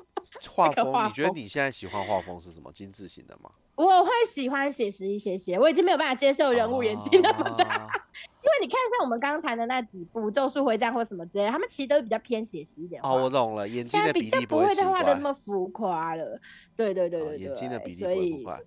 Speaker 2: 那个
Speaker 1: 风。
Speaker 2: 画
Speaker 1: 你觉得
Speaker 2: 风
Speaker 1: 你现在喜欢画风是什么？精致型的吗？
Speaker 2: 我会喜欢写实一些些，我已经没有办法接受人物演技那么大，
Speaker 1: 啊
Speaker 2: 因为你看像我们刚刚谈的那几部《咒术回战》或什么之类的，他们其实都是比较偏写实一点的
Speaker 1: 哦，
Speaker 2: 画
Speaker 1: 我懂了，眼睛
Speaker 2: 现在
Speaker 1: 的
Speaker 2: 比
Speaker 1: 比
Speaker 2: 较
Speaker 1: 例
Speaker 2: 不
Speaker 1: 会
Speaker 2: 会
Speaker 1: 奇
Speaker 2: 再画
Speaker 1: 怪
Speaker 2: 的那，么浮夸了。对对对
Speaker 1: 啊
Speaker 2: 对对，
Speaker 1: 眼睛的比例不
Speaker 2: 所
Speaker 1: 会不
Speaker 2: 以
Speaker 1: 怪。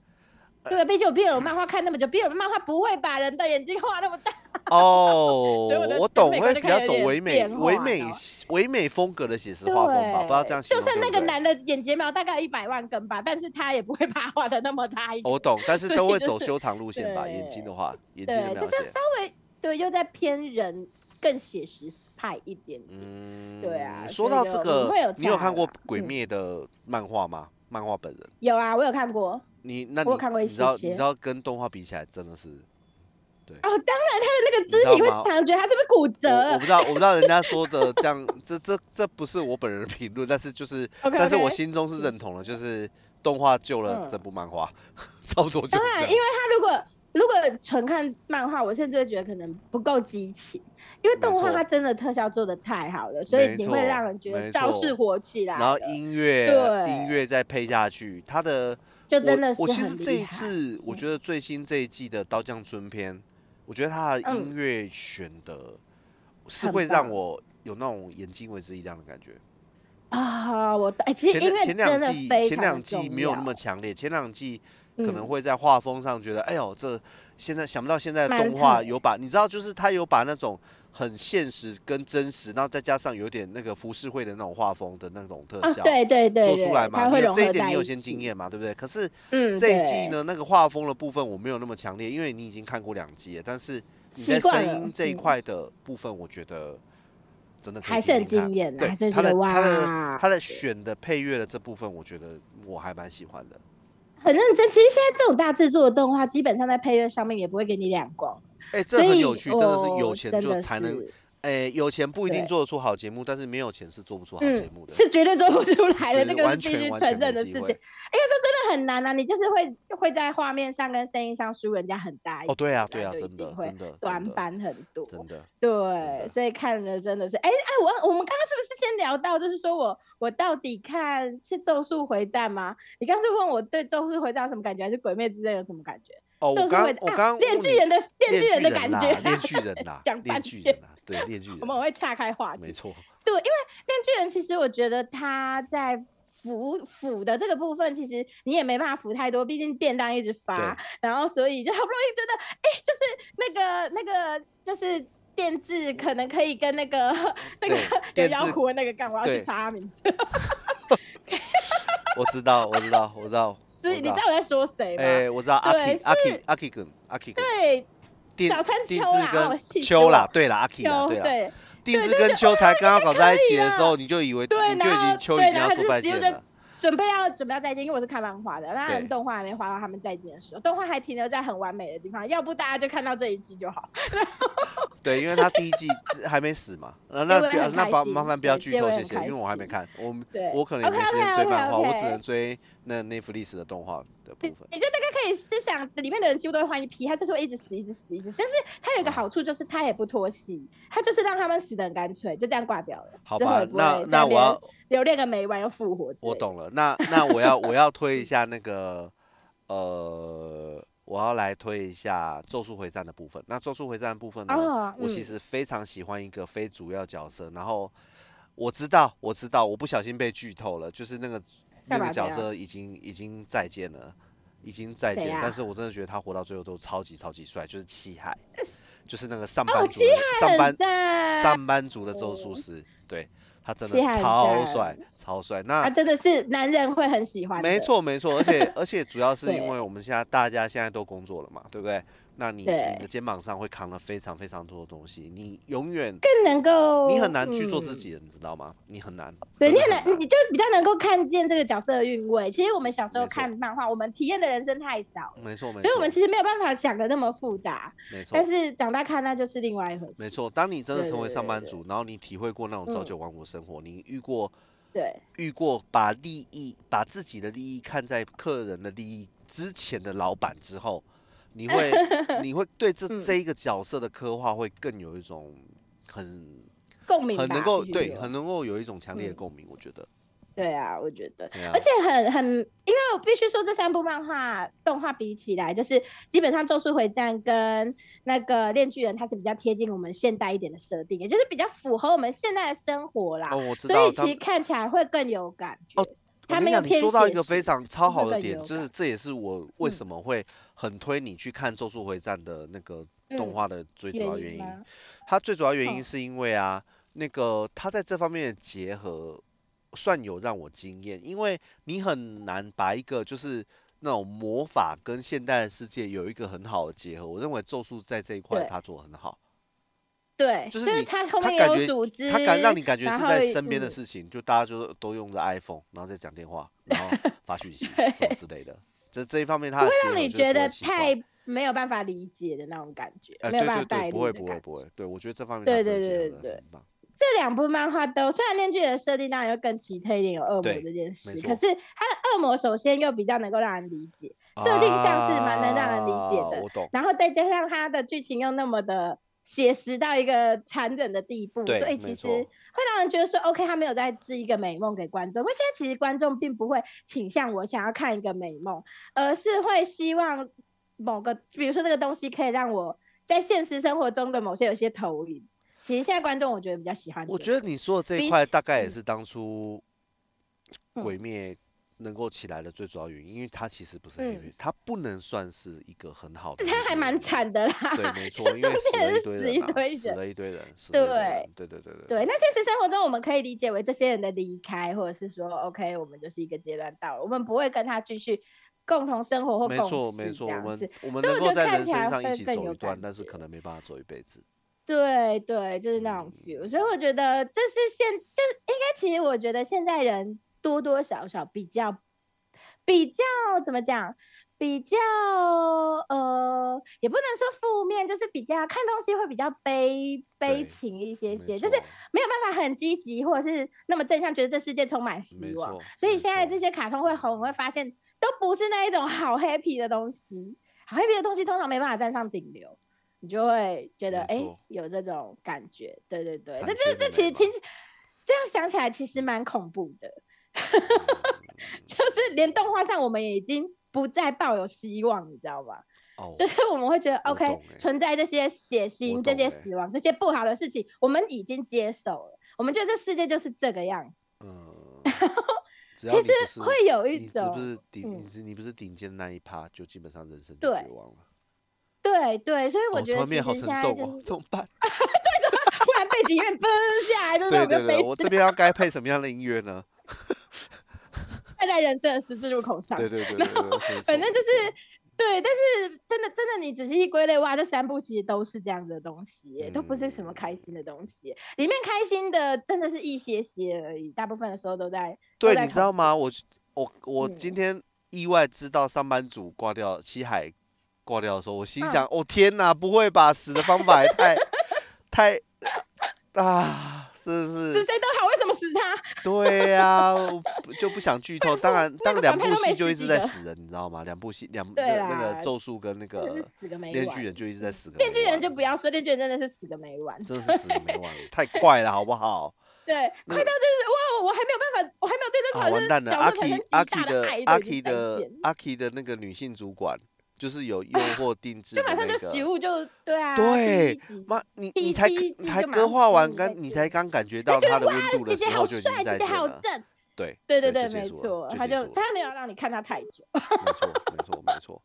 Speaker 2: 对，毕竟我 B 友漫画看那么久，B 友漫画不会把人的眼睛画那么大。
Speaker 1: 哦
Speaker 2: 所以我的，
Speaker 1: 我
Speaker 2: 审
Speaker 1: 懂，
Speaker 2: 美
Speaker 1: 我会
Speaker 2: 观就
Speaker 1: 比
Speaker 2: 开
Speaker 1: 较
Speaker 2: 始
Speaker 1: 走
Speaker 2: 有点
Speaker 1: 唯美、
Speaker 2: 变
Speaker 1: 唯
Speaker 2: 化
Speaker 1: 美
Speaker 2: 了、
Speaker 1: 唯美风格的写实
Speaker 2: 对，
Speaker 1: 画风吧，不知道这样形
Speaker 2: 就
Speaker 1: 容
Speaker 2: 算
Speaker 1: 对
Speaker 2: 那
Speaker 1: 不
Speaker 2: 个
Speaker 1: 对
Speaker 2: 男的眼睫毛大概一百万根吧，但是他也不会 把它画的那么大一
Speaker 1: 哦
Speaker 2: 点。
Speaker 1: 我懂，但是
Speaker 2: 所
Speaker 1: 都
Speaker 2: 以
Speaker 1: 会
Speaker 2: 就
Speaker 1: 走
Speaker 2: 是
Speaker 1: 修长路线吧。眼睛的话，眼睛的
Speaker 2: 对，
Speaker 1: 描
Speaker 2: 就是
Speaker 1: 写
Speaker 2: 稍，微对，又在偏人更写实派一点点。
Speaker 1: 嗯，
Speaker 2: 对啊
Speaker 1: 说
Speaker 2: 所以
Speaker 1: 到
Speaker 2: 就
Speaker 1: 这
Speaker 2: 我
Speaker 1: 个
Speaker 2: 们会有，
Speaker 1: 你有
Speaker 2: 差
Speaker 1: 看过《
Speaker 2: 啦
Speaker 1: 鬼
Speaker 2: 嗯
Speaker 1: 灭》的漫画吗？漫画本人，
Speaker 2: 有啊，我有看过。
Speaker 1: 你那
Speaker 2: 我有
Speaker 1: 你
Speaker 2: 看过一
Speaker 1: 你知道你
Speaker 2: 些
Speaker 1: 知道跟动画比起来真的是，
Speaker 2: 哦，当然，他的那个肢
Speaker 1: 知道
Speaker 2: 体会
Speaker 1: 吗
Speaker 2: 常觉得他是不是骨折
Speaker 1: 我我
Speaker 2: 了
Speaker 1: 不知道我不知道人家说的这样，这这这不是我本人的评论，但是就是，
Speaker 2: ？OK，
Speaker 1: 但是我心中是认同的，就是动画救了
Speaker 2: 嗯
Speaker 1: 这部漫画，差不多就是
Speaker 2: 当
Speaker 1: 这
Speaker 2: 然，
Speaker 1: 样
Speaker 2: 因为他如果如果纯看漫画，我甚至会觉得可能不够激情，因为
Speaker 1: 没
Speaker 2: 动画
Speaker 1: 错
Speaker 2: 它真的特效做的太好了，所以
Speaker 1: 没
Speaker 2: 你
Speaker 1: 错
Speaker 2: 会让人觉
Speaker 1: 没
Speaker 2: 得招式
Speaker 1: 错
Speaker 2: 火起来了，
Speaker 1: 然后音乐
Speaker 2: 对
Speaker 1: 音乐再配下去，它的
Speaker 2: 就真的
Speaker 1: 我
Speaker 2: 是
Speaker 1: 我其实
Speaker 2: 很
Speaker 1: 这
Speaker 2: 厉
Speaker 1: 一
Speaker 2: 害。嗯
Speaker 1: 次，我觉得最新这一季的《刀匠村》篇，我觉得他的音乐选的是
Speaker 2: 嗯很
Speaker 1: 会让
Speaker 2: 棒
Speaker 1: 我有那种眼睛为之一亮的感觉。
Speaker 2: 啊、我哎、其实
Speaker 1: 前
Speaker 2: 音乐
Speaker 1: 两前
Speaker 2: 真的
Speaker 1: 两季
Speaker 2: 非
Speaker 1: 前
Speaker 2: 常
Speaker 1: 两
Speaker 2: 的
Speaker 1: 季
Speaker 2: 重
Speaker 1: 没有那
Speaker 2: 要，
Speaker 1: 么强烈，前两季可能
Speaker 2: 嗯
Speaker 1: 会在画风上觉得，哎呦，这现在想不到现在的
Speaker 2: 蛮
Speaker 1: 动画
Speaker 2: 特
Speaker 1: 有把，你知道，就是他有把那种。很现实跟真实，然后再加上有点那个浮世绘的那种画风的那种特
Speaker 2: 啊，
Speaker 1: 效，
Speaker 2: 对对对
Speaker 1: 做
Speaker 2: 对
Speaker 1: 出来
Speaker 2: 它
Speaker 1: 嘛。
Speaker 2: 会
Speaker 1: 你有
Speaker 2: 融
Speaker 1: 这一
Speaker 2: 合
Speaker 1: 点
Speaker 2: 在
Speaker 1: 你有
Speaker 2: 一
Speaker 1: 先
Speaker 2: 起。
Speaker 1: 经验嘛，对不对？可是
Speaker 2: 嗯，
Speaker 1: 这一
Speaker 2: 对
Speaker 1: 季呢，那个画风的部分我没有那么强烈，因为你已经看过两季了，但是你在
Speaker 2: 习惯
Speaker 1: 声
Speaker 2: 了
Speaker 1: 音这一
Speaker 2: 嗯
Speaker 1: 块的部分，我觉得真的可以
Speaker 2: 还是
Speaker 1: 听
Speaker 2: 很
Speaker 1: 听看
Speaker 2: 惊艳啊还
Speaker 1: 对
Speaker 2: 是
Speaker 1: 他
Speaker 2: 觉
Speaker 1: 的
Speaker 2: 得
Speaker 1: 他的
Speaker 2: 哇
Speaker 1: 他的选的配乐的这部分，我觉得我还蛮喜欢的。
Speaker 2: 很认真。其实现在这种大制作的动画，基本上在配乐上面也不会给你两光，
Speaker 1: 哎、这
Speaker 2: 所
Speaker 1: 很
Speaker 2: 以
Speaker 1: 有趣，真的是有钱
Speaker 2: 我
Speaker 1: 就
Speaker 2: 真的
Speaker 1: 才能，
Speaker 2: 是
Speaker 1: 哎、有钱不一定
Speaker 2: 对
Speaker 1: 做得出好节目，但是没有钱是做不出好
Speaker 2: 嗯
Speaker 1: 节目的。
Speaker 2: 是绝对做不出来的，
Speaker 1: 对
Speaker 2: 这个是
Speaker 1: 完
Speaker 2: 必
Speaker 1: 全
Speaker 2: 须
Speaker 1: 完
Speaker 2: 承
Speaker 1: 全
Speaker 2: 认
Speaker 1: 没
Speaker 2: 的
Speaker 1: 机
Speaker 2: 事情。应该
Speaker 1: 会
Speaker 2: 说真的很难啊，你就是会会在画面上跟声音上输人家很大一
Speaker 1: 哦，对啊，
Speaker 2: 截
Speaker 1: 对啊，
Speaker 2: 就一
Speaker 1: 真的，
Speaker 2: 定会
Speaker 1: 真的，
Speaker 2: 短
Speaker 1: 真的，
Speaker 2: 板很多，
Speaker 1: 真的，的
Speaker 2: 对，所以看了真的是，哎哎，我我们刚刚是不是先聊到，就是说我我到底看是《咒术回战》吗？你刚刚是问我对《咒术回战》有什么感觉，还是《鬼灭之刃》有什么感觉？
Speaker 1: 哦，我
Speaker 2: 咒术
Speaker 1: 刚
Speaker 2: 回
Speaker 1: 我
Speaker 2: 啊
Speaker 1: 刚
Speaker 2: 炼
Speaker 1: 问
Speaker 2: 巨
Speaker 1: 你
Speaker 2: 人的炼巨
Speaker 1: 巨
Speaker 2: 人的
Speaker 1: 人
Speaker 2: 感
Speaker 1: 啦
Speaker 2: 觉，
Speaker 1: 炼巨人啦
Speaker 2: 讲
Speaker 1: 炼
Speaker 2: 半
Speaker 1: 巨
Speaker 2: 天
Speaker 1: 人啦，对，炼巨人，
Speaker 2: 我们会岔开话
Speaker 1: 没
Speaker 2: 题。
Speaker 1: 错，
Speaker 2: 对，因为炼巨人其实我觉得他在腐腐的这个部分，其实你也没办法腐太多，毕竟便当一直发，然后所以就好不容易觉得，哎、就是那个那个就是。电治可能可以跟那个 那个
Speaker 1: 对
Speaker 2: 有
Speaker 1: 电
Speaker 2: 妖
Speaker 1: 治
Speaker 2: 狐的那个干，我要去
Speaker 1: 对
Speaker 2: 查他名字。
Speaker 1: 我知道，我知道，我知 道，
Speaker 2: 是，
Speaker 1: 我
Speaker 2: 你知道我在说谁吗？
Speaker 1: 哎，我知道阿
Speaker 2: 对
Speaker 1: K 阿 K 阿 K 梗阿 K 梗，
Speaker 2: 对，
Speaker 1: 定
Speaker 2: 小川
Speaker 1: 定
Speaker 2: 秋
Speaker 1: 制
Speaker 2: 啦哦气
Speaker 1: 跟
Speaker 2: 死
Speaker 1: 秋
Speaker 2: 我
Speaker 1: 啦，对啦，阿 K 啦，
Speaker 2: 就
Speaker 1: 对啦，
Speaker 2: 对
Speaker 1: 定
Speaker 2: 对
Speaker 1: 制
Speaker 2: 就
Speaker 1: 跟
Speaker 2: 觉得
Speaker 1: 秋才刚刚搞在一起
Speaker 2: 可以
Speaker 1: 的
Speaker 2: 了
Speaker 1: 时候，你就以为
Speaker 2: 对
Speaker 1: 你就已
Speaker 2: 然后
Speaker 1: 经秋已
Speaker 2: 对
Speaker 1: 经
Speaker 2: 然
Speaker 1: 要
Speaker 2: 后他
Speaker 1: 说
Speaker 2: 就
Speaker 1: 再
Speaker 2: 使用
Speaker 1: 见
Speaker 2: 这
Speaker 1: 了，
Speaker 2: 准备要准备要再见，因为我是看漫画的，当然
Speaker 1: 对
Speaker 2: 动画还没画到他们再见的时候，动画还停留在很完美的地方，要不大家就看到这一季就好。
Speaker 1: 对，因为他第 一季还没死嘛，那那
Speaker 2: 结尾
Speaker 1: 不要
Speaker 2: 很
Speaker 1: 那
Speaker 2: 开
Speaker 1: 麻
Speaker 2: 心
Speaker 1: 麻烦不要
Speaker 2: 对
Speaker 1: 剧
Speaker 2: 结
Speaker 1: 透，
Speaker 2: 尾
Speaker 1: 谢
Speaker 2: 很
Speaker 1: 谢，
Speaker 2: 开
Speaker 1: 因为我还没
Speaker 2: 心
Speaker 1: 看，我
Speaker 2: 对
Speaker 1: 我可能也没时间
Speaker 2: OK，OK，OK，OK
Speaker 1: 追漫画，我只能追那 Netflix 的动画的部分。
Speaker 2: 你就大概可以思想里面的人几乎都会换一批，他就是会一直死，一直死，一直死。但是他有
Speaker 1: 嗯
Speaker 2: 一个好处就是他也不拖戏，他就是让他们死的很干脆，就这样挂掉了。
Speaker 1: 好
Speaker 2: 之后
Speaker 1: 吧
Speaker 2: 也，不
Speaker 1: 那
Speaker 2: 会在
Speaker 1: 那我
Speaker 2: 边
Speaker 1: 要
Speaker 2: 留恋个没完又复活之类的。
Speaker 1: 我懂了，那那我要我要推一下那个呃，我要来推一下《咒术回战》的部分。那《咒术回战》的部分呢，
Speaker 2: 哦
Speaker 1: 我其
Speaker 2: 嗯
Speaker 1: 实非常喜欢一个非主要角色，然后我知道我知道我不小心被剧透了，就是那个那
Speaker 2: 干
Speaker 1: 个
Speaker 2: 嘛
Speaker 1: 角
Speaker 2: 怎样
Speaker 1: 色已经已经再见了。已经再
Speaker 2: 谁
Speaker 1: 见了，但
Speaker 2: 呀
Speaker 1: 是我真的觉得他活到最后都超级超级帅，就是七海，就是那个上
Speaker 2: 哦
Speaker 1: 班族
Speaker 2: 七
Speaker 1: 的、上班
Speaker 2: 很赞哦
Speaker 1: 上班族的咒术师，对他真的
Speaker 2: 七海很
Speaker 1: 超
Speaker 2: 赞
Speaker 1: 帅，超帅。那、
Speaker 2: 啊，真的是男人会很喜欢。
Speaker 1: 没，错，没错，而 且而且主要是
Speaker 2: 对
Speaker 1: 因为我们现在大家现在都工作了嘛，对不对？那你
Speaker 2: 对
Speaker 1: 你的肩膀上会扛了非常非常多的东西，你永远
Speaker 2: 更能够
Speaker 1: 你很难去做自
Speaker 2: 嗯
Speaker 1: 己了，你知道吗？你很难，
Speaker 2: 对，
Speaker 1: 真
Speaker 2: 你
Speaker 1: 的
Speaker 2: 很
Speaker 1: 很
Speaker 2: 难，你就比较能够看见这个角色的韵味。其实我们小时候
Speaker 1: 没错
Speaker 2: 看漫画，我们体验的人生太少，
Speaker 1: 没嗯错，没错，
Speaker 2: 所以我们其实没有办法想的那么复杂。
Speaker 1: 没错
Speaker 2: 但，是长大看，那就是另外一回事。
Speaker 1: 没，错。当你真的
Speaker 2: 对
Speaker 1: 成
Speaker 2: 对
Speaker 1: 为
Speaker 2: 对
Speaker 1: 上班
Speaker 2: 对
Speaker 1: 族，然后你体会过那种朝
Speaker 2: 嗯
Speaker 1: 九晚五的生活，你遇过
Speaker 2: 对，
Speaker 1: 遇过把利益把自己的利益看在客人的利益之前的老板之 后，你会你会对这
Speaker 2: 嗯
Speaker 1: 这一个角色的刻画会更有一种很。
Speaker 2: 共鸣吧
Speaker 1: 很能够
Speaker 2: 必须
Speaker 1: 对，
Speaker 2: 说
Speaker 1: 很能够有一种强烈的
Speaker 2: 嗯
Speaker 1: 共鸣，我觉得。
Speaker 2: 对啊，我觉得。
Speaker 1: 对啊
Speaker 2: 而且很很，因为我必须说，这三部漫画动画比起来，就是基本上《咒术回战》跟那个《炼巨人》，它是比较贴近我们现代一点的设定，也就是比较符合我们现代的生活啦，
Speaker 1: 哦，我知
Speaker 2: 所
Speaker 1: 道
Speaker 2: 以
Speaker 1: 他
Speaker 2: 其实。看起来会更有感觉。
Speaker 1: 哦我
Speaker 2: 它
Speaker 1: 跟你
Speaker 2: 没有
Speaker 1: 讲你
Speaker 2: 偏
Speaker 1: 说到一
Speaker 2: 写
Speaker 1: 个非
Speaker 2: 实
Speaker 1: 常超
Speaker 2: 真的
Speaker 1: 好的
Speaker 2: 更
Speaker 1: 点，
Speaker 2: 有
Speaker 1: 就是
Speaker 2: 感
Speaker 1: 这也是我为
Speaker 2: 嗯
Speaker 1: 什么会很推你去看《咒术回战》的那个动
Speaker 2: 嗯
Speaker 1: 画的最主要
Speaker 2: 原
Speaker 1: 原
Speaker 2: 因
Speaker 1: 因。
Speaker 2: 吗
Speaker 1: 它最主要原因
Speaker 2: 嗯
Speaker 1: 是因为啊，那个它在这方面的结合算有让我惊艳，因为你很难把一个就是那种魔法跟现代的世界有一个很好的结合。我认为咒术在这一块
Speaker 2: 对
Speaker 1: 它做得很好。
Speaker 2: 对，
Speaker 1: 就是你
Speaker 2: 它后
Speaker 1: 他
Speaker 2: 面
Speaker 1: 感
Speaker 2: 有
Speaker 1: 觉
Speaker 2: 组织，
Speaker 1: 他感让你感觉
Speaker 2: 然
Speaker 1: 是
Speaker 2: 后
Speaker 1: 在身边的
Speaker 2: 嗯
Speaker 1: 事情，就大家就都用着 iPhone，然后再讲电话，然 后发讯息什么之类的。这这一方面，他
Speaker 2: 不
Speaker 1: 的
Speaker 2: 会
Speaker 1: 结
Speaker 2: 让
Speaker 1: 合
Speaker 2: 你
Speaker 1: 就不
Speaker 2: 觉
Speaker 1: 会
Speaker 2: 得
Speaker 1: 奇怪
Speaker 2: 太没有办法理解的那种感觉，
Speaker 1: 哎，对
Speaker 2: 没有办法
Speaker 1: 对
Speaker 2: 带
Speaker 1: 对，
Speaker 2: 入
Speaker 1: 不会
Speaker 2: 的
Speaker 1: 不
Speaker 2: 感
Speaker 1: 会
Speaker 2: 觉
Speaker 1: 不会，对我觉得这方面他
Speaker 2: 对
Speaker 1: 真的
Speaker 2: 对
Speaker 1: 结
Speaker 2: 对
Speaker 1: 合得
Speaker 2: 对
Speaker 1: 很棒，
Speaker 2: 这两部漫画都，虽然《炼巨人》设定当然又更奇特一点，有恶魔
Speaker 1: 对
Speaker 2: 这件事
Speaker 1: 没，错
Speaker 2: 可是它的恶魔首先又比较能够让人理解，设定上是蛮能让人理解
Speaker 1: 啊
Speaker 2: 的
Speaker 1: 我懂，
Speaker 2: 然后再加上它的剧情又那么的写实到一个残忍的地步，
Speaker 1: 对
Speaker 2: 所以
Speaker 1: 没
Speaker 2: 其实
Speaker 1: 错
Speaker 2: 会让人觉得说，OK，他没有在制一个美梦给观众。因为现在其实观众并不会倾向我想要看一个美梦，而是会希望某个，比如说这个东西可以让我在现实生活中的某些有些投影。其实现在观众我觉得比较喜欢这个，
Speaker 1: 我觉得你说的这
Speaker 2: 比
Speaker 1: 一块
Speaker 2: 起
Speaker 1: 大概也
Speaker 2: 嗯
Speaker 1: 是当初
Speaker 2: 嗯
Speaker 1: 鬼灭能够起来的最主要原因，因为它其实不是黑
Speaker 2: 嗯
Speaker 1: 灭，它不能算是一个没 好的
Speaker 2: 但
Speaker 1: 黑
Speaker 2: 他
Speaker 1: 幕。
Speaker 2: 还蛮惨的啦。
Speaker 1: 对，没 错，因
Speaker 2: 中
Speaker 1: 为死
Speaker 2: 间
Speaker 1: 了一
Speaker 2: 是
Speaker 1: 堆
Speaker 2: 死一
Speaker 1: 人
Speaker 2: 堆
Speaker 1: 啊，死
Speaker 2: 人
Speaker 1: 了一堆 人，死了一堆人，对对对对
Speaker 2: 对，那现实生活中我们可以理解为这些人的离开，或者是说，OK，我们就是一个阶段到了，我们不会跟他继续共同生活或
Speaker 1: 没
Speaker 2: 共
Speaker 1: 错，
Speaker 2: 事
Speaker 1: 没错，
Speaker 2: 这
Speaker 1: 我
Speaker 2: 样
Speaker 1: 们
Speaker 2: 子。
Speaker 1: 我们
Speaker 2: 所以
Speaker 1: 能
Speaker 2: 我
Speaker 1: 够
Speaker 2: 觉得
Speaker 1: 在
Speaker 2: 看
Speaker 1: 人
Speaker 2: 起
Speaker 1: 身
Speaker 2: 来
Speaker 1: 上一
Speaker 2: 会
Speaker 1: 起
Speaker 2: 更
Speaker 1: 走
Speaker 2: 有
Speaker 1: 一段，
Speaker 2: 感
Speaker 1: 但是可嗯
Speaker 2: 觉
Speaker 1: 能没办法走一辈子。
Speaker 2: 对对，就是那种 feel。所以我觉得这是现，就是应该，其实我觉得现在人多多少少比较比较怎么讲？比较呃，也不能说负面，就是比较看东西会比较悲悲
Speaker 1: 对
Speaker 2: 情一些
Speaker 1: 没
Speaker 2: 些，
Speaker 1: 错
Speaker 2: 就是没有办法很积极，或者是那么正向，觉得这世界充满
Speaker 1: 没
Speaker 2: 希望。
Speaker 1: 错，
Speaker 2: 所以
Speaker 1: 没
Speaker 2: 现在
Speaker 1: 错
Speaker 2: 这些 卡通会红，你会发现都不是那一种好 happy 的东西，好 happy 的东西通常没办法站上顶流，你就会觉得
Speaker 1: 没
Speaker 2: 哎、诶
Speaker 1: 错
Speaker 2: 有这种感觉，对对对，
Speaker 1: 残
Speaker 2: 这
Speaker 1: 缺
Speaker 2: 这
Speaker 1: 的
Speaker 2: 这其
Speaker 1: 美
Speaker 2: 实听
Speaker 1: 嘛
Speaker 2: 起这样想起来其实蛮恐怖的，
Speaker 1: 嗯
Speaker 2: 就是连动画上我们也已经不再抱有希望，你知道吗？
Speaker 1: 哦，
Speaker 2: 就是我们会觉得
Speaker 1: 我
Speaker 2: OK，、
Speaker 1: 懂欸
Speaker 2: 存在这些血
Speaker 1: 我
Speaker 2: 腥、这
Speaker 1: 懂
Speaker 2: 些
Speaker 1: 欸
Speaker 2: 死亡、这些不好的事情，我们已经接受了，我们觉得这世界就是这个样子，
Speaker 1: 嗯，其
Speaker 2: 其实会有一
Speaker 1: 你是
Speaker 2: 种
Speaker 1: 不是顶？
Speaker 2: 嗯
Speaker 1: 你是你不是顶尖那一趴，就基本上人生就
Speaker 2: 对
Speaker 1: 绝望了。
Speaker 2: 对对，所以我
Speaker 1: 哦，
Speaker 2: 觉
Speaker 1: 突
Speaker 2: 得
Speaker 1: 然变
Speaker 2: 其实
Speaker 1: 好
Speaker 2: 现
Speaker 1: 沉
Speaker 2: 在
Speaker 1: 重
Speaker 2: 就
Speaker 1: 哦，
Speaker 2: 是
Speaker 1: 怎么 办？
Speaker 2: 突然背景音乐崩下来，就是
Speaker 1: 对
Speaker 2: 嗯我
Speaker 1: 对
Speaker 2: 们
Speaker 1: 对，
Speaker 2: 背
Speaker 1: 我这
Speaker 2: 景
Speaker 1: 边要该配什么样的音乐呢？
Speaker 2: 站在人生的十字路口上。
Speaker 1: 对对对对对，没
Speaker 2: 反
Speaker 1: 错
Speaker 2: 正就
Speaker 1: 没
Speaker 2: 是
Speaker 1: 错
Speaker 2: 对，但是真的真的，你仔细归类，哇，这三部其实都是这样的东西耶，都不是什么
Speaker 1: 嗯
Speaker 2: 开心的东西耶。里面开心的真的是一些些而已，大部分的时候都在
Speaker 1: 对，
Speaker 2: 在
Speaker 1: 你知道
Speaker 2: 恐
Speaker 1: 吗？我我我
Speaker 2: 嗯
Speaker 1: 今天意外知道上班族挂掉西海挂掉的时候，我心
Speaker 2: 嗯
Speaker 1: 想：哦天哪，不会吧？死的方法也太 太 啊，是不
Speaker 2: 是
Speaker 1: 是？
Speaker 2: 谁都好，为什么死他？
Speaker 1: 对呀，我不就不想剧透。当然，
Speaker 2: 那
Speaker 1: 当
Speaker 2: 个
Speaker 1: 两
Speaker 2: 反派
Speaker 1: 部
Speaker 2: 都没
Speaker 1: 戏就
Speaker 2: 死
Speaker 1: 一直
Speaker 2: 几
Speaker 1: 在
Speaker 2: 个
Speaker 1: 死人，你知道吗？两部戏两
Speaker 2: 对
Speaker 1: 那那个
Speaker 2: 啦
Speaker 1: 咒术跟那
Speaker 2: 真的是
Speaker 1: 个
Speaker 2: 死个没
Speaker 1: 炼
Speaker 2: 完
Speaker 1: 巨。人就一直在死个没完。
Speaker 2: 电锯人就不要说，电锯人真的是死个没完。
Speaker 1: 真的是死个没完了，太快了，好不 好？
Speaker 2: 对，
Speaker 1: 那
Speaker 2: 快到就是哇，我还没有办法，我还没有对这
Speaker 1: 啊，
Speaker 2: 场
Speaker 1: 完
Speaker 2: 是
Speaker 1: 蛋了！
Speaker 2: 角
Speaker 1: 阿
Speaker 2: 色产
Speaker 1: K
Speaker 2: 生
Speaker 1: 阿
Speaker 2: 极
Speaker 1: K
Speaker 2: 大的爱
Speaker 1: 的
Speaker 2: 意
Speaker 1: 阿
Speaker 2: 已经
Speaker 1: K
Speaker 2: 再
Speaker 1: 的
Speaker 2: 见
Speaker 1: 阿 K 的那个女性主管，就是有诱惑定制
Speaker 2: 啊就
Speaker 1: 的
Speaker 2: 马上就
Speaker 1: 那
Speaker 2: 食
Speaker 1: 个。
Speaker 2: 物就对啊，
Speaker 1: 对
Speaker 2: 第一集
Speaker 1: 妈，你
Speaker 2: 第
Speaker 1: 你才
Speaker 2: 第一
Speaker 1: 你
Speaker 2: 季
Speaker 1: 才
Speaker 2: 就马
Speaker 1: 割
Speaker 2: 上
Speaker 1: 化
Speaker 2: 食
Speaker 1: 完
Speaker 2: 物
Speaker 1: 刚
Speaker 2: 再，
Speaker 1: 你
Speaker 2: 见
Speaker 1: 才刚感觉到
Speaker 2: 觉
Speaker 1: 它
Speaker 2: 得
Speaker 1: 的温度
Speaker 2: 姐
Speaker 1: 的
Speaker 2: 姐
Speaker 1: 时
Speaker 2: 好
Speaker 1: 候就已经
Speaker 2: 帅，
Speaker 1: 再
Speaker 2: 姐姐
Speaker 1: 见
Speaker 2: 好
Speaker 1: 了。
Speaker 2: 正，
Speaker 1: 对
Speaker 2: 对对
Speaker 1: 对就
Speaker 2: 对，
Speaker 1: 结
Speaker 2: 没
Speaker 1: 束了
Speaker 2: 错，
Speaker 1: 就
Speaker 2: 他
Speaker 1: 结
Speaker 2: 就
Speaker 1: 束了
Speaker 2: 他没有让你看他太久，
Speaker 1: 没错没错没错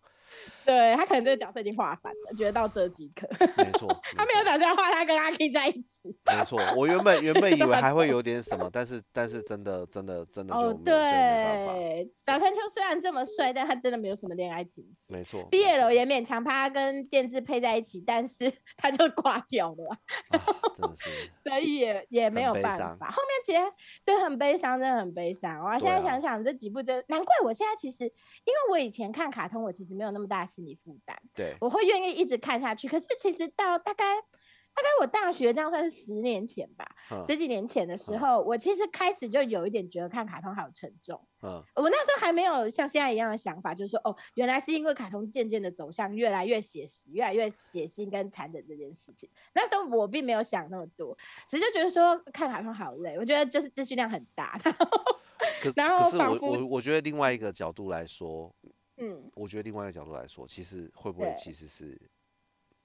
Speaker 2: 对他可能这个角色已经画反了，觉得到这即可，
Speaker 1: 没错，
Speaker 2: 他没有打算画他跟阿 K 在一起。
Speaker 1: 没错，我原本原本以
Speaker 2: 真的
Speaker 1: 为还会
Speaker 2: 懂
Speaker 1: 有点什么，但是但是真的真的真的就
Speaker 2: 哦，
Speaker 1: 没有真的没办法，
Speaker 2: 对，早川秋虽然这么帅，但他真的没有什么恋爱情节。
Speaker 1: 没错。
Speaker 2: 毕业
Speaker 1: 没
Speaker 2: 了也勉强把他跟电治配在一起，但是 他就挂掉了啊，
Speaker 1: 错，啊真的是
Speaker 2: 所以也也没
Speaker 1: 很
Speaker 2: 有
Speaker 1: 悲
Speaker 2: 办
Speaker 1: 伤
Speaker 2: 法。后面其实对很悲伤，真的很悲伤。哇，现
Speaker 1: 对
Speaker 2: 在
Speaker 1: 啊
Speaker 2: 想想这几部真，难怪我现在其实，因为我以前看卡通，我其实没有那么大的心理负担。
Speaker 1: 对，
Speaker 2: 我会愿意一直看下去。可是其实到大概大概我大学这样算是十年前吧，
Speaker 1: 嗯
Speaker 2: 十几年前的时
Speaker 1: 嗯
Speaker 2: 候，我其实开始就有一点觉得看卡通好沉重。
Speaker 1: 嗯
Speaker 2: 我那时候还没有像现在一样的想法，就是说哦，原来是因为卡通渐渐的走向越来越写实、越来越血腥跟残忍这件事情。那时候我并没有想那么多，只是就觉得说看卡通好累，我觉得就是资讯量很大。 然
Speaker 1: 可可
Speaker 2: 后然后
Speaker 1: 是
Speaker 2: 仿
Speaker 1: 我
Speaker 2: 佛
Speaker 1: 我我觉得另外一个角度来说，
Speaker 2: 嗯，
Speaker 1: 我觉得另外一个角度来说，其实会不会
Speaker 2: 对
Speaker 1: 其实是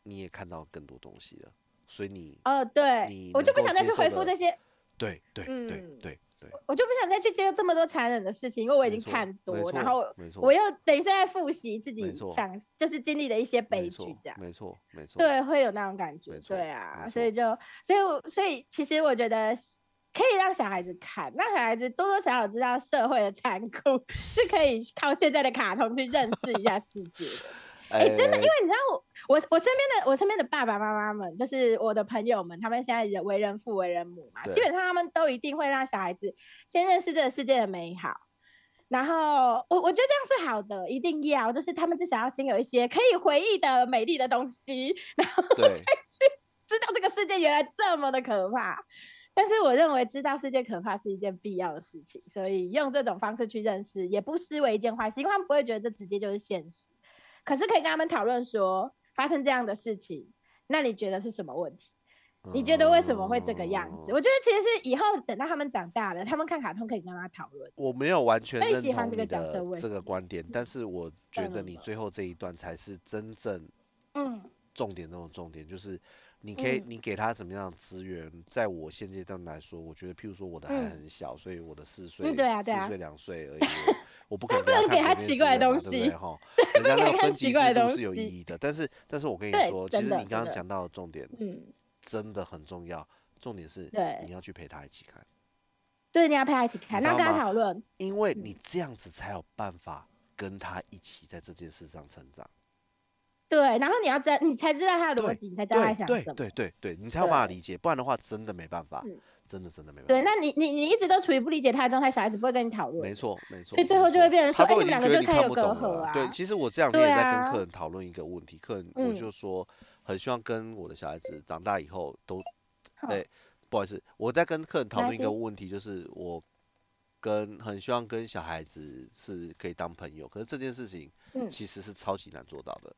Speaker 1: 你也看到更多东西了，所以你
Speaker 2: 哦，对
Speaker 1: 你，
Speaker 2: 我就
Speaker 1: 能
Speaker 2: 不
Speaker 1: 够
Speaker 2: 想再
Speaker 1: 接
Speaker 2: 去
Speaker 1: 受
Speaker 2: 回复
Speaker 1: 的
Speaker 2: 这些
Speaker 1: 对对对
Speaker 2: 嗯
Speaker 1: 对对，
Speaker 2: 我就不想再去接受这么多残忍的事情，因为我已
Speaker 1: 没
Speaker 2: 经
Speaker 1: 错
Speaker 2: 看
Speaker 1: 没
Speaker 2: 多，然
Speaker 1: 错
Speaker 2: 后
Speaker 1: 没错
Speaker 2: 我又等于是在复习自
Speaker 1: 没
Speaker 2: 己
Speaker 1: 错
Speaker 2: 想就是经历的一些悲
Speaker 1: 没
Speaker 2: 剧
Speaker 1: 错
Speaker 2: 这样。
Speaker 1: 没错没错，
Speaker 2: 对，会有那种感觉
Speaker 1: 没，错
Speaker 2: 对啊
Speaker 1: 没，
Speaker 2: 所以就，所以我，所以其实我觉得是可以让小孩子看，让小孩子多多少少知道社会的残酷，是可以靠现在的卡通去认识一下世界 的。
Speaker 1: 哎
Speaker 2: 哎、真的，因为你知道我我我身边的我身边的爸爸妈妈们，就是我的朋友们，他们现在也为人父为人母嘛，
Speaker 1: 对
Speaker 2: 基本上他们都一定会让小孩子先认识这个世界的美好。然后我我觉得这样是好的，一定要就是他们至少要先有一些可以回忆的美丽的东西，然后
Speaker 1: 对
Speaker 2: 知道这个世界原来这么的可怕。但是我认为知道世界可怕是一件必要的事情，所以用这种方式去认识也不失为一件坏事，因为他们不会觉得这直接就是现实。可是可以跟他们讨论说，发生这样的事情，那你觉得是什么问题？你觉得为什么会这个样子？
Speaker 1: 嗯
Speaker 2: 我觉得其实是以后等到他们长大了，他们看卡通可以跟他讨论。
Speaker 1: 我没有完全
Speaker 2: 更
Speaker 1: 认
Speaker 2: 喜欢
Speaker 1: 同
Speaker 2: 这个
Speaker 1: 你
Speaker 2: 角色
Speaker 1: 的
Speaker 2: 为
Speaker 1: 这
Speaker 2: 什
Speaker 1: 个观点，但是我觉
Speaker 2: 当
Speaker 1: 得
Speaker 2: 然
Speaker 1: 你
Speaker 2: 了
Speaker 1: 最后这一段才是真正
Speaker 2: 嗯，
Speaker 1: 重点中的重点，就是你可以、
Speaker 2: 嗯
Speaker 1: 你给他什么样的资源，在我现阶段来说，我觉得譬如说我的还
Speaker 2: 嗯
Speaker 1: 很小，所以我的四岁、
Speaker 2: 对啊对
Speaker 1: 四
Speaker 2: 啊
Speaker 1: 岁两岁 而已我，我不可能
Speaker 2: 不能给
Speaker 1: 他
Speaker 2: 他
Speaker 1: 看
Speaker 2: 奇
Speaker 1: 国内
Speaker 2: 怪的
Speaker 1: 资源嘛 对不对哈？人
Speaker 2: 不
Speaker 1: 家那
Speaker 2: 能给他
Speaker 1: 个
Speaker 2: 看
Speaker 1: 分
Speaker 2: 奇
Speaker 1: 级
Speaker 2: 怪
Speaker 1: 制
Speaker 2: 的
Speaker 1: 度
Speaker 2: 东
Speaker 1: 是有意
Speaker 2: 西
Speaker 1: 义的，但是但是我 跟你
Speaker 2: 对
Speaker 1: 说，其
Speaker 2: 真
Speaker 1: 实
Speaker 2: 的
Speaker 1: 你刚
Speaker 2: 真
Speaker 1: 刚
Speaker 2: 的
Speaker 1: 讲到的重点
Speaker 2: 嗯，
Speaker 1: 真的很重要，重点是
Speaker 2: 对
Speaker 1: 你要去陪他一起看，
Speaker 2: 对，你要陪他一起看，
Speaker 1: 知
Speaker 2: 然后
Speaker 1: 道
Speaker 2: 跟他
Speaker 1: 吗
Speaker 2: 讨论。
Speaker 1: 因为
Speaker 2: 嗯
Speaker 1: 你这样子才有办法跟他一起在这件事上成长。
Speaker 2: 对，然后你要知道，你才知道他的逻
Speaker 1: 对
Speaker 2: 辑，你才知道他在
Speaker 1: 对
Speaker 2: 想
Speaker 1: 对
Speaker 2: 什么。
Speaker 1: 对对对，你才有办法
Speaker 2: 对
Speaker 1: 理解，不然的话真的没办法
Speaker 2: 嗯，
Speaker 1: 真的真的没办法。
Speaker 2: 对，那你你你一直都处于不理解他的状态，小孩子不会跟你讨论。
Speaker 1: 没错，没错。
Speaker 2: 所以最
Speaker 1: 没
Speaker 2: 后就会
Speaker 1: 错
Speaker 2: 变成说
Speaker 1: 他都
Speaker 2: 哎
Speaker 1: 已
Speaker 2: 你
Speaker 1: 经觉
Speaker 2: 们两个
Speaker 1: 得
Speaker 2: 就
Speaker 1: 你
Speaker 2: 开
Speaker 1: 看
Speaker 2: 有
Speaker 1: 不懂
Speaker 2: 隔阂
Speaker 1: 了
Speaker 2: 啊
Speaker 1: 对，其实我这两天
Speaker 2: 对
Speaker 1: 也在跟
Speaker 2: 啊
Speaker 1: 客人讨论一个问题，客人我
Speaker 2: 嗯
Speaker 1: 就说很希望跟我的小孩子长大以后都，
Speaker 2: 哼
Speaker 1: 对，不好意思，我在跟客人讨
Speaker 2: 没
Speaker 1: 论一个
Speaker 2: 关
Speaker 1: 问题，就是我跟很希望跟小孩子是可以当朋友，可是这件事情
Speaker 2: 嗯
Speaker 1: 其实是超级难做到的。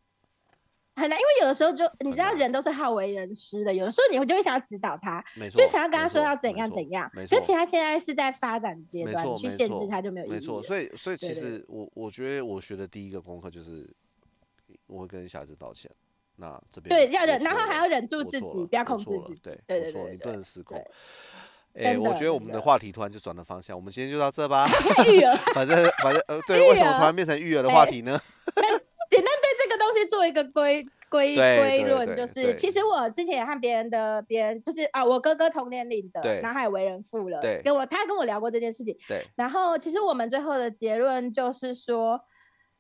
Speaker 2: 很难，因为有的时候就你知道
Speaker 1: 难
Speaker 2: 人都是好为人师的，有的时候你会就会想要指导他，
Speaker 1: 没错，
Speaker 2: 就想要跟
Speaker 1: 没
Speaker 2: 他说
Speaker 1: 错
Speaker 2: 要怎
Speaker 1: 没
Speaker 2: 样
Speaker 1: 错
Speaker 2: 怎样
Speaker 1: 没。
Speaker 2: 但
Speaker 1: 错
Speaker 2: 其实他现在是在发展阶
Speaker 1: 没
Speaker 2: 段，
Speaker 1: 错，
Speaker 2: 你去
Speaker 1: 没
Speaker 2: 限
Speaker 1: 错
Speaker 2: 制他就没有意义了。
Speaker 1: 没错，所以所以其
Speaker 2: 对对
Speaker 1: 实我我觉得我学的第一个功课就是我会跟小孩子道歉。那这边
Speaker 2: 对，要
Speaker 1: 我
Speaker 2: 忍，然
Speaker 1: 错
Speaker 2: 后还
Speaker 1: 了
Speaker 2: 要忍住
Speaker 1: 我
Speaker 2: 自
Speaker 1: 错
Speaker 2: 己，
Speaker 1: 了
Speaker 2: 不要
Speaker 1: 我
Speaker 2: 控制
Speaker 1: 错了
Speaker 2: 自己。
Speaker 1: 对，
Speaker 2: 对
Speaker 1: 我
Speaker 2: 对
Speaker 1: 错了
Speaker 2: 对
Speaker 1: 你
Speaker 2: 对
Speaker 1: 不能失控
Speaker 2: 对。
Speaker 1: 哎、
Speaker 2: 真
Speaker 1: 我
Speaker 2: 的
Speaker 1: 觉得我
Speaker 2: 真
Speaker 1: 们的
Speaker 2: 的
Speaker 1: 话题突然就转了方向，我们今天就到这 吧。
Speaker 2: 育儿，
Speaker 1: 反正反正呃，对，为什么
Speaker 2: 育
Speaker 1: 突
Speaker 2: 儿
Speaker 1: 然变成育儿的话
Speaker 2: 哎
Speaker 1: 题 呢？
Speaker 2: 简单对这个东西做一个归归
Speaker 1: 对
Speaker 2: 归
Speaker 1: 对
Speaker 2: 论，
Speaker 1: 对
Speaker 2: 就
Speaker 1: 对
Speaker 2: 是其实我之前也和别人的别人就是啊，我哥哥同年龄的
Speaker 1: 对，
Speaker 2: 然后他也为人父了
Speaker 1: 对，
Speaker 2: 跟我他跟我聊过这件事情，
Speaker 1: 对，
Speaker 2: 然后其实我们最后的结论就是说，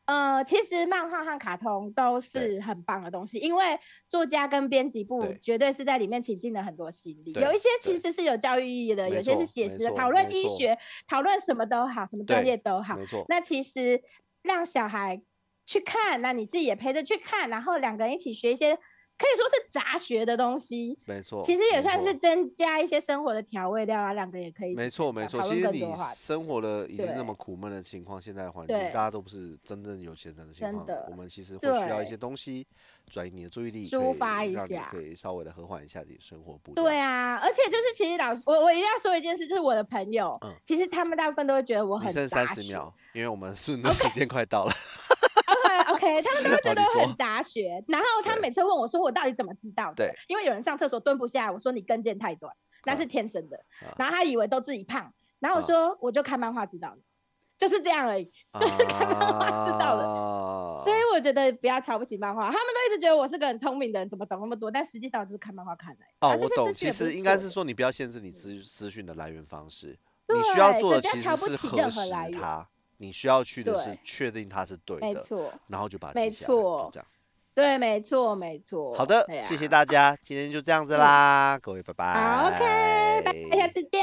Speaker 2: 呃，其实漫画和卡通都是很棒的东西，因为作家跟编辑部
Speaker 1: 对
Speaker 2: 绝对是在里面倾尽了很多心力，
Speaker 1: 对
Speaker 2: 有一些
Speaker 1: 对
Speaker 2: 其实是有教育意义的，
Speaker 1: 没
Speaker 2: 有些
Speaker 1: 错
Speaker 2: 是写
Speaker 1: 没
Speaker 2: 实的，
Speaker 1: 错
Speaker 2: 讨论
Speaker 1: 没
Speaker 2: 医
Speaker 1: 错
Speaker 2: 学，讨论什么都好，什么专
Speaker 1: 对
Speaker 2: 业都好。
Speaker 1: 没错，
Speaker 2: 那其实让小孩去看，那你自己也陪着去看，然后两个人一起学一些可以说是杂学的东西，
Speaker 1: 没错。
Speaker 2: 其实也
Speaker 1: 没
Speaker 2: 算
Speaker 1: 错
Speaker 2: 是增加一些生活的调味料啊，两个人也可以一起
Speaker 1: 没错，没
Speaker 2: 讲
Speaker 1: 错。
Speaker 2: 讨
Speaker 1: 其
Speaker 2: 论
Speaker 1: 实
Speaker 2: 更
Speaker 1: 你
Speaker 2: 多的话题
Speaker 1: 生活的已经那
Speaker 2: 对
Speaker 1: 么苦闷的情况，现在的环境，
Speaker 2: 对
Speaker 1: 大家都不是真正有钱人的情
Speaker 2: 真
Speaker 1: 况，
Speaker 2: 的
Speaker 1: 我们其实会需要一
Speaker 2: 对
Speaker 1: 些东西转移你的注意力，
Speaker 2: 抒
Speaker 1: 可以
Speaker 2: 发一
Speaker 1: 让你
Speaker 2: 下
Speaker 1: 可以稍微的和缓一下你的生活步调。
Speaker 2: 对啊，而且就是其实老师，我我一定要说一件事，就是我的朋友，
Speaker 1: 嗯
Speaker 2: 其实他们大部分都会觉得我
Speaker 1: 你
Speaker 2: 很
Speaker 1: 剩
Speaker 2: 杂
Speaker 1: 三十
Speaker 2: 学
Speaker 1: 秒，因为我们 顺的时间快到了。
Speaker 2: ，OK OK，他们都会 觉
Speaker 1: 好
Speaker 2: 得
Speaker 1: 你
Speaker 2: 我
Speaker 1: 说
Speaker 2: 很杂学，然后他
Speaker 1: 对
Speaker 2: 每次问我说我到底怎么知道的
Speaker 1: 对，
Speaker 2: 因为有人上厕所蹲不下，我说你跟腱太短，那是天生的，
Speaker 1: 啊
Speaker 2: 然后他以为都自己胖，然后我
Speaker 1: 啊
Speaker 2: 说我就看漫画知道的，就是这样而已，
Speaker 1: 对，
Speaker 2: 画知道了
Speaker 1: 了
Speaker 2: 所以我觉得不要瞧不起漫画，他们都一直觉得我是个很聪明的人，怎么懂那么多，但实际上我就是看漫画看来，
Speaker 1: 哦
Speaker 2: 啊，这
Speaker 1: 我
Speaker 2: 些
Speaker 1: 懂。
Speaker 2: 资讯
Speaker 1: 其
Speaker 2: 也不
Speaker 1: 实
Speaker 2: 是
Speaker 1: 应该
Speaker 2: 错
Speaker 1: 是
Speaker 2: 的
Speaker 1: 说你不要限制你资资讯的来源方式，
Speaker 2: 对
Speaker 1: 你需要做的
Speaker 2: 对
Speaker 1: 其
Speaker 2: 不要
Speaker 1: 实
Speaker 2: 瞧不
Speaker 1: 是
Speaker 2: 起
Speaker 1: 核
Speaker 2: 任何
Speaker 1: 实
Speaker 2: 来源
Speaker 1: 它，你需要去的是
Speaker 2: 对
Speaker 1: 确定它是对
Speaker 2: 没
Speaker 1: 的，
Speaker 2: 错，
Speaker 1: 然后就把它
Speaker 2: 没
Speaker 1: 记下来，就
Speaker 2: 错
Speaker 1: 这样。
Speaker 2: 对，没错，没错，
Speaker 1: 好的
Speaker 2: 对，
Speaker 1: 谢谢
Speaker 2: 啊
Speaker 1: 大家，今天就这样子
Speaker 2: 嗯
Speaker 1: 啦，各位，拜拜。
Speaker 2: 好，OK，拜拜，下次见。哎